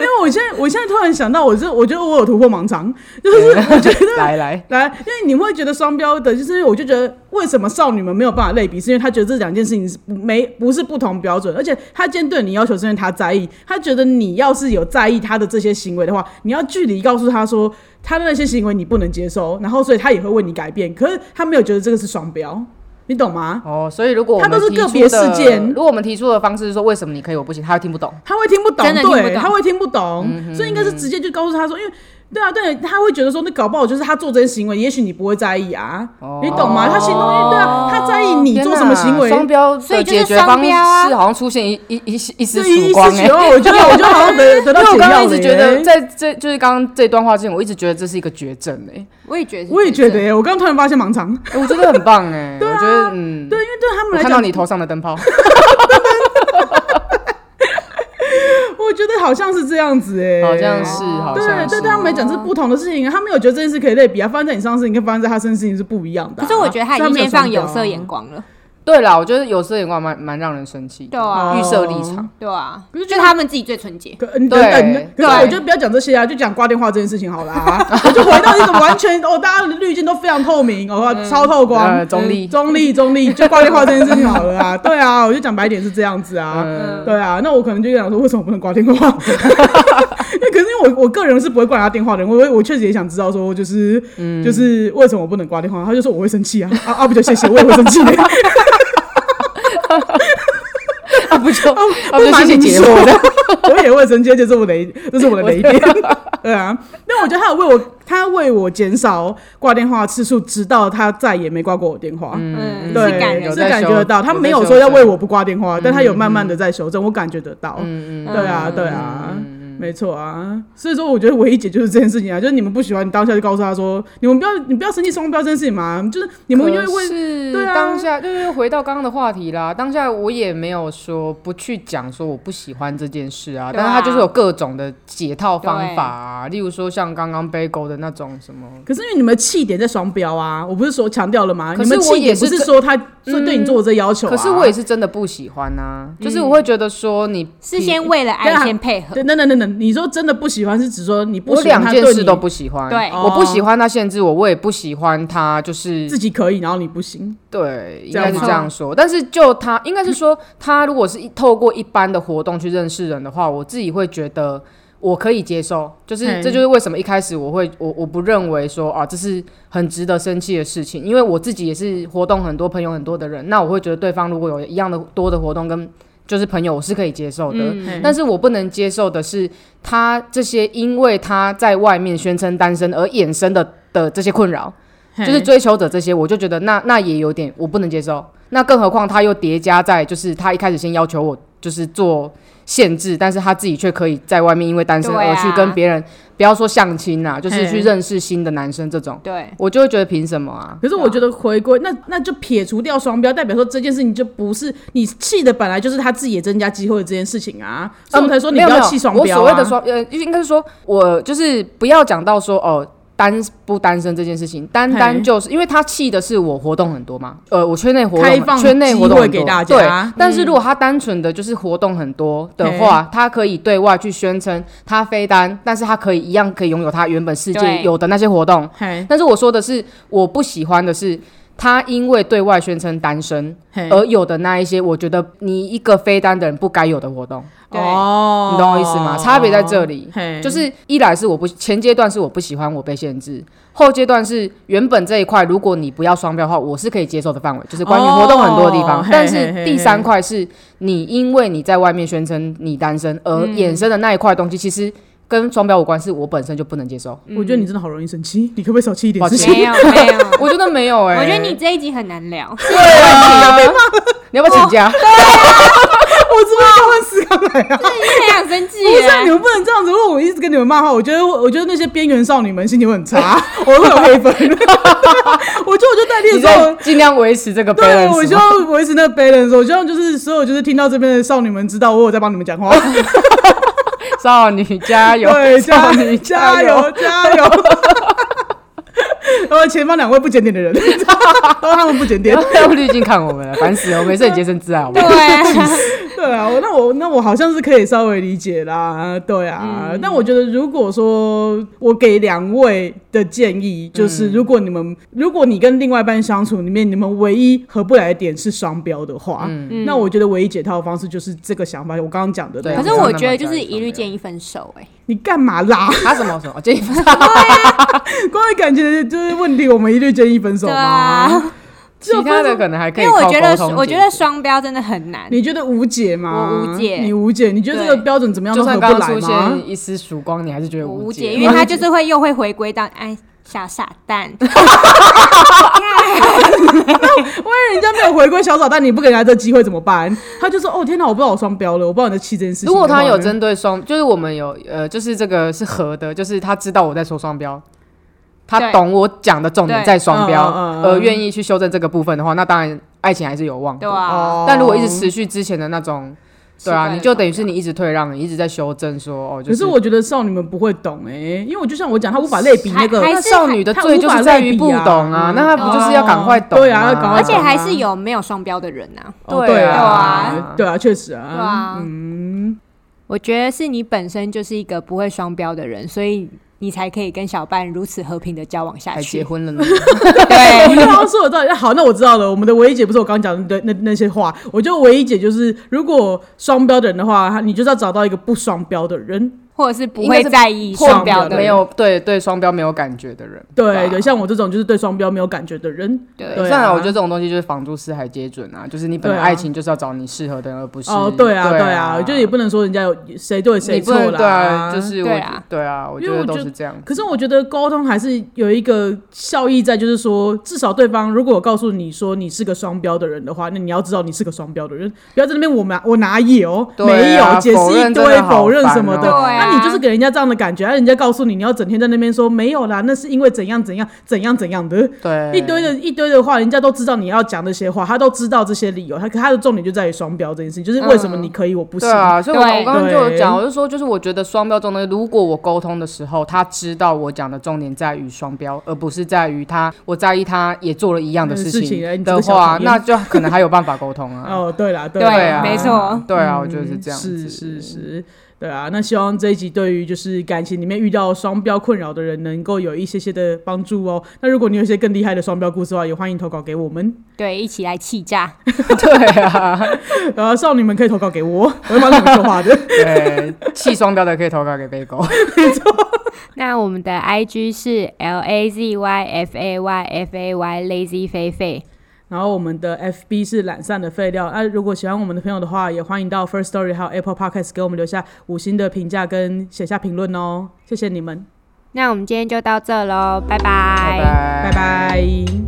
S1: 因为我现在，我现在突然想到，我这我觉得我有突破盲肠，就是 我觉得
S3: 来来，
S1: 来，因为你会觉得双标的，就是我就觉得为什么少女们没有办法类比，是因为她觉得这两件事情是不没不是不同标准，而且她今天对你要求是因为她在意，她觉得你要是有在意她的这些行为的话，你要距离告诉她说她的那些行为你不能接受，然后所以她也会为你改变，可是她没有觉得这个是双标，你懂吗？
S3: 哦，所以如果我们
S1: 它都是
S3: 提出
S1: 个别
S3: 的
S1: 事件
S3: 如果我们提出的方式是说为什么你可以我不行，他会听不懂。
S1: 他会听不懂，
S2: 真的听不
S1: 对，
S2: 懂
S1: 他会听不懂，
S3: 嗯
S1: 所以应该是直接就告诉他说，因为。对啊，对，他会觉得说，那搞不好就是他做这些行为，也许你不会在意啊，你懂吗？他心中，因为对啊，他在意你做什么行为，
S3: 哦天哪双标
S2: 所以
S3: 的
S2: 就是
S3: 呃解决方
S2: 双标啊
S3: 式好像出现一一一一一丝
S1: 这一
S3: 曙
S1: 一
S3: 光
S1: 次
S3: 哎、
S1: 取哦，我 觉得我就好像得得
S3: 因
S1: 到
S3: 为我
S1: 解
S3: 刚刚
S1: 药
S3: 一
S1: 了耶
S3: 直觉得，在这就是刚刚这段话之前，我一直觉得这是一个绝症哎、
S2: 我也觉得，
S1: 我也觉得，耶，我刚刚突然发现盲肠，
S3: 哎我觉得很棒哎、我觉得嗯，
S1: 对，因为对他
S3: 我
S1: 们来
S3: 看到
S1: 讲，
S3: 你头上的灯泡，
S1: 我觉得好像是这样子哎，
S3: 好像是，好
S1: 对
S3: 像
S1: 对，
S3: 是
S1: 对。他们来讲是不同的事情啊，他们有觉得这件事可以类比啊，发生在你身上的事情跟发生在他身上的事情是不一样的啊。
S2: 可是我觉得他已
S1: 所以
S2: 经
S1: 没
S2: 先放有
S1: 双标
S2: 色
S1: 啊
S2: 眼，光了，
S3: 对啦，我觉得有色眼光蛮蛮让人生气的，
S2: 对啊
S3: 预设立场。
S2: 对啊，就他们自己最纯洁。
S1: 可你等
S3: 对
S1: 等，可
S3: 对
S1: 是嗯我觉得不要讲这些啊，就讲挂电话这件事情好了啊。我就回到一个完全哦，大家的滤镜都非常透明，哦，超透
S3: 呃
S1: 光，
S3: 中立
S1: 嗯中立，中立，就挂电话这件事情好了啊。对啊，我就讲白点是这样子啊。
S3: 嗯
S1: 对啊，那我可能就想说，为什么不能挂电话？ 因为可是因为我我个人是不会挂他电话的人，我我我确实也想知道说，就是
S3: 嗯
S1: 就是为什么我不能挂电话？他就说我会生气啊，啊啊，不就谢谢，我也会生气的。
S3: 啊，不就
S1: 不
S3: 啊不就谢
S1: 瞒
S3: 谢
S1: 您
S3: 姐
S1: 说
S3: 我的，
S1: 我也会生气，这是我的一，这是我的雷点。 对啊，但我觉得他有为我，他为我减少挂电话次数，直到他再也没挂过我电话。
S2: 嗯，
S1: 对，
S2: 是感人
S3: 有
S1: 是
S3: 在
S1: 感觉
S3: 修
S1: 得到。他
S3: 有在
S1: 没有
S3: 修
S1: 说要
S3: 正
S1: 为我不挂电话，但他有慢慢的在修正，我感觉得到。
S3: 嗯
S1: 对啊，
S2: 嗯
S1: 对啊，没错啊。所以说，我觉得唯一解就是这件事情啊，就是你们不喜欢，你当下就告诉他说，你们不要，你不要生气双标这件事情嘛，就是你们因为
S3: 可
S1: 为
S3: 是
S1: 对啊
S3: 当下就是回到刚刚的话题啦。当下我也没有说不去讲说我不喜欢这件事啊，
S2: 对啊
S3: 但是他就是有各种的解套方法、啊，例如说像刚刚 Bagel 的那种什么，
S1: 可是因为你们气点在双标啊，我不是说强调了吗？
S3: 可
S1: 你
S3: 是
S1: 们
S3: 我
S1: 气
S3: 也
S1: 点不
S3: 是
S1: 是
S3: 跟
S1: 说他说对你做这要求啊？嗯
S3: 可是我也是真的不喜欢啊，就是我会觉得说你
S2: 是先为了
S1: 对啊
S2: 爱先配合，
S1: 对，等等等等，你说真的不喜欢是指说你不
S3: 我
S1: 喜欢
S3: 两
S1: 他
S3: 件
S1: 对
S3: 事
S1: 你
S3: 都不喜欢，
S2: 对
S3: 我不喜欢他限制我，我也不喜欢他就是
S1: 自己可以，然后你不行，
S3: 对，应
S1: 这样
S3: 该是
S1: 吗
S3: 这样说。但是就他，应该是说他如果是一透过一般的活动去认识人的话，我自己会觉得我可以接受。就是
S1: 嘿
S3: 这就是为什么一开始我会我我不认为说啊这是很值得生气的事情，因为我自己也是活动很多朋友很多的人，那我会觉得对方如果有一样的多的活动跟就是朋友，我是可以接受的。
S2: 嗯
S1: 嘿
S3: 但是我不能接受的是，他这些因为他在外面宣称单身而衍生的的这些困扰，就是
S1: 嘿
S3: 追求者这些，我就觉得那那也有点我不能接受。那更何况他又叠加在，就是他一开始先要求我就是做限制，但是他自己却可以在外面因为单身
S2: 对
S3: 而
S2: 啊
S3: 去跟别人，不要说相亲啦，就是
S1: 嘿
S3: 去认识新的男生这种，
S2: 对，
S3: 我就会觉得凭什么啊？
S1: 可是我觉得回归那那就撇除掉双标，代表说这件事情就不是你气的，本来就是他自己也增加机会的这件事情啊。所以我才说你
S3: 没有
S1: 不
S3: 呃没
S1: 要
S3: 有
S1: 气双
S3: 我
S1: 标、啊
S3: 所谓的双，呃，应该是说我就是不要讲到说哦。单不单身这件事情，单单
S1: 嘿
S3: 就是因为他气的是我活动很多嘛，呃，我圈内活
S1: 开
S3: 动，
S1: 放
S3: 圈内活
S1: 机
S3: 动
S1: 会
S3: 很多
S1: 给大
S3: 对
S1: 家，嗯
S3: 但是如果他单纯的就是活动很多的话，他可以对外去宣称他非单，但是他可以一样可以拥有他原本世界
S2: 对
S3: 有的那些活动。
S1: 嘿
S3: 但是我说的是，我不喜欢的是。他因为对外宣称单身，
S1: 嘿
S3: 而有的那一些，我觉得你一个非单的人不该有的活动，
S2: 对
S1: 哦
S3: 呃你懂我意思吗？差别在这里，
S1: 嘿
S3: 就是一来是我不前阶段是我不喜欢我被限制，后阶段是原本这一块，如果你不要双标的话，我是可以接受的范围，就是关于活动很多的地方。
S1: 哦嘿
S3: 但是
S1: 嘿嘿
S3: 第三块是你因为你在外面宣称你单身而
S1: 嗯
S3: 衍生的那一块东西，其实跟双标无关，是我本身就不能接受。
S1: 嗯我觉得你真的好容易生气，你可不可以少气一点
S3: 抱
S1: 事
S3: 歉
S1: 情？
S2: 没有没有，
S3: 我觉得没 有哎、
S2: 我觉得你这一集很难 聊，
S3: 对啊， 你要不要请假？
S1: 我怎么换思考来啊？
S2: 很想生气
S1: 不是
S2: 耶
S1: 啊，你们不能这样子。如果我一直跟你们骂的话，我觉得我我觉得那些边缘少女们心情会很 差，我会有黑粉。 我觉得我就在
S3: 你
S1: 练
S3: 在
S1: 说，
S3: 尽量维持这个 b
S1: 对我
S3: a
S1: 希望维持那个 balance。我希望就是所有就是听到这边的少女们知道我有在帮你们讲话。
S3: 少女加油，
S1: 对，
S3: 少
S1: 加
S3: 女
S1: 加
S3: 油，
S1: 油加油！ 然后前方两位不检点的人， 都他们不检点
S3: 不。 要用滤镜看我们了，烦死了！我们也是很洁身自爱，好吗？
S2: 对，
S1: 对啊，我那我那我好像是可以稍微理解啦，对啊。但我觉得，如果说我给两位的建议，就是如果你们、如果你跟另外一半相处里面，你们唯一合不来的点是双标的话，那我觉得唯一解套的方式就是这个想法，我刚刚讲的那
S3: 对啊
S1: 样。
S2: 可是我觉得就是一律建议分手，哎，
S1: 你干嘛啦？
S3: 他什么 什么 建议分手？
S1: 关于感情的就是问题，我们一律建议分手
S2: 对
S1: 吗？
S2: 啊，
S3: 其他的可能还可
S2: 因
S3: 以
S2: 为
S3: 靠
S2: 我
S3: 沟
S2: 觉
S3: 通解决，
S2: 得我觉得双标真的很难，
S1: 你觉得无解吗？
S2: 我无解
S1: 你无解，你觉得这个
S2: 对
S1: 标准怎么样
S3: 就
S1: 都合不
S3: 算刚
S1: 来
S3: 刚出
S1: 吗？
S3: 现一丝曙光，你还是觉得
S2: 我
S3: 无
S2: 无
S3: 解，
S2: 解，因为他就是会又会回归到哎小傻 蛋，
S1: 万一人家没有回归小嫂，但你不给人家这机会怎么办？他就说：“哦，天哪，我不知道我双标了，我不知道你在气这件事情。”
S3: 如果他有
S1: 的话呢，
S3: 针对双，就是我们有呃，就是这个是合的，就是他知道我在说双标，他
S2: 对
S3: 懂我讲的重点
S2: 对
S3: 在双标，
S1: 嗯嗯嗯
S3: 而愿意去修正这个部分的话，那当然爱情还是有望
S2: 对
S3: 的。
S2: 啊，
S1: 哦
S3: 但如果一直持续之前的那种，对
S2: 奇怪
S3: 啊，
S2: 的
S3: 你就等于
S2: 状
S3: 是你一直退让，你一直在修正说哦，就
S1: 可是我觉得少女们不会懂哎、因为我就像我讲，他无法类比那个
S2: 还
S3: 那少女的罪就是在于不懂啊，那她不就是
S2: 哦
S3: 要赶快懂吗？
S1: 对啊要赶快
S2: 而
S1: 懂
S2: 且还是有没有双标的人呐、
S1: 哦
S3: 对
S1: 啊
S3: 啊，
S1: 对啊，确实
S2: 对
S1: 啊，
S2: 啊，嗯，我觉得是你本身就是一个不会双标的人，所以你才可以跟小伴如此和平的交往下
S3: 还结
S2: 去。
S3: 婚了呢。
S1: 我
S2: 对，
S1: 刚刚说的道理，好，那我知道了。我们的唯一姐不是我刚刚讲的那那那些话，我觉得唯一姐就是，如果双标的人的话，他你就是要找到一个不双标的人。
S2: 或者是不
S3: 应该
S2: 会
S3: 是
S2: 在意
S1: 破
S2: 双标
S1: 表
S2: 的
S3: 没
S2: 人，
S3: 有对对双标没有感觉的人。
S1: 对对，像我这种就是对双标没有感觉的人，
S2: 对
S1: 对啊
S3: 算了，我觉得这种东西就是房租四海皆准啊，就是你本来
S1: 对啊
S3: 爱情就是要找你适合的人，而不是
S1: 哦，对啊，
S3: 对
S1: 对啊，就也不能说人家有谁对
S3: 你
S1: 谁
S3: 不
S1: 错
S3: 能
S1: 啦，
S3: 对啊，就是我
S2: 对
S3: 觉
S2: 啊
S3: 对啊，我觉
S1: 因为
S3: 得
S1: 我
S3: 都
S1: 觉
S3: 是这样。
S1: 可是我觉得沟通还是有一个效益在，就是说，至少对方如果我告诉你说你是个双标的人的话，那你要知道你是个双标的人，不要在那边我拿我拿也哦，
S3: 对啊
S1: 没有解
S3: 否
S1: 释一
S3: 认真的
S1: 堆
S3: 好
S1: 否认
S3: 烦
S1: 什么的，
S2: 哦对啊
S1: 那你就是给人家这样的感觉，那人家告诉你你要整天在那边说没有啦，那是因为怎样怎样怎样怎样的。
S3: 对
S1: 一堆的一堆的话，人家都知道你要讲这些话，他都知道这些理由，他可他的重点就在于双标这件事情，就是为什么你可以我不行
S3: 对？啊，所以我
S2: 对
S3: 我刚刚就有
S1: 对
S3: 讲，我就说，就是我觉得双标这种东西，如果我沟通的时候，他知道我讲的重点在于双标，而不是在于他我在意他也做了一样的
S1: 嗯
S3: 事
S1: 事情哎
S3: 情
S1: 你这
S3: 的
S1: 个小
S3: 话，
S1: 讨厌
S3: 那就可能还有办法沟通啊。
S1: 哦，对啦，对
S3: 对
S1: 啦
S3: 啊，
S2: 没错，
S3: 对啊，我觉得是这样子。
S1: 是是是，对啊。那希望这一集对于就是感情里面遇到双标困扰的人，能够有一些些的帮助哦。那如果你有一些更厉害的双标故事的话，也欢迎投稿给我们。
S2: 对，一起来气 架。
S3: 对啊，
S1: 呃，少女们可以投稿给我，我会帮你们说话的。
S3: 对，弃双标的可以投稿给贝狗。
S2: 那我们的 IG 是 L A Z Y F A Y F A Y Lazy 菲菲。
S1: 然后我们的 FB 是懒散的废料。那、如果喜欢我们的朋友的话，也欢迎到 First Story 还有 Apple Podcast 给我们留下五星的评价跟写下评论哦。谢谢你们，
S2: 那我们今天就到这喽，拜
S3: 拜
S1: 拜拜。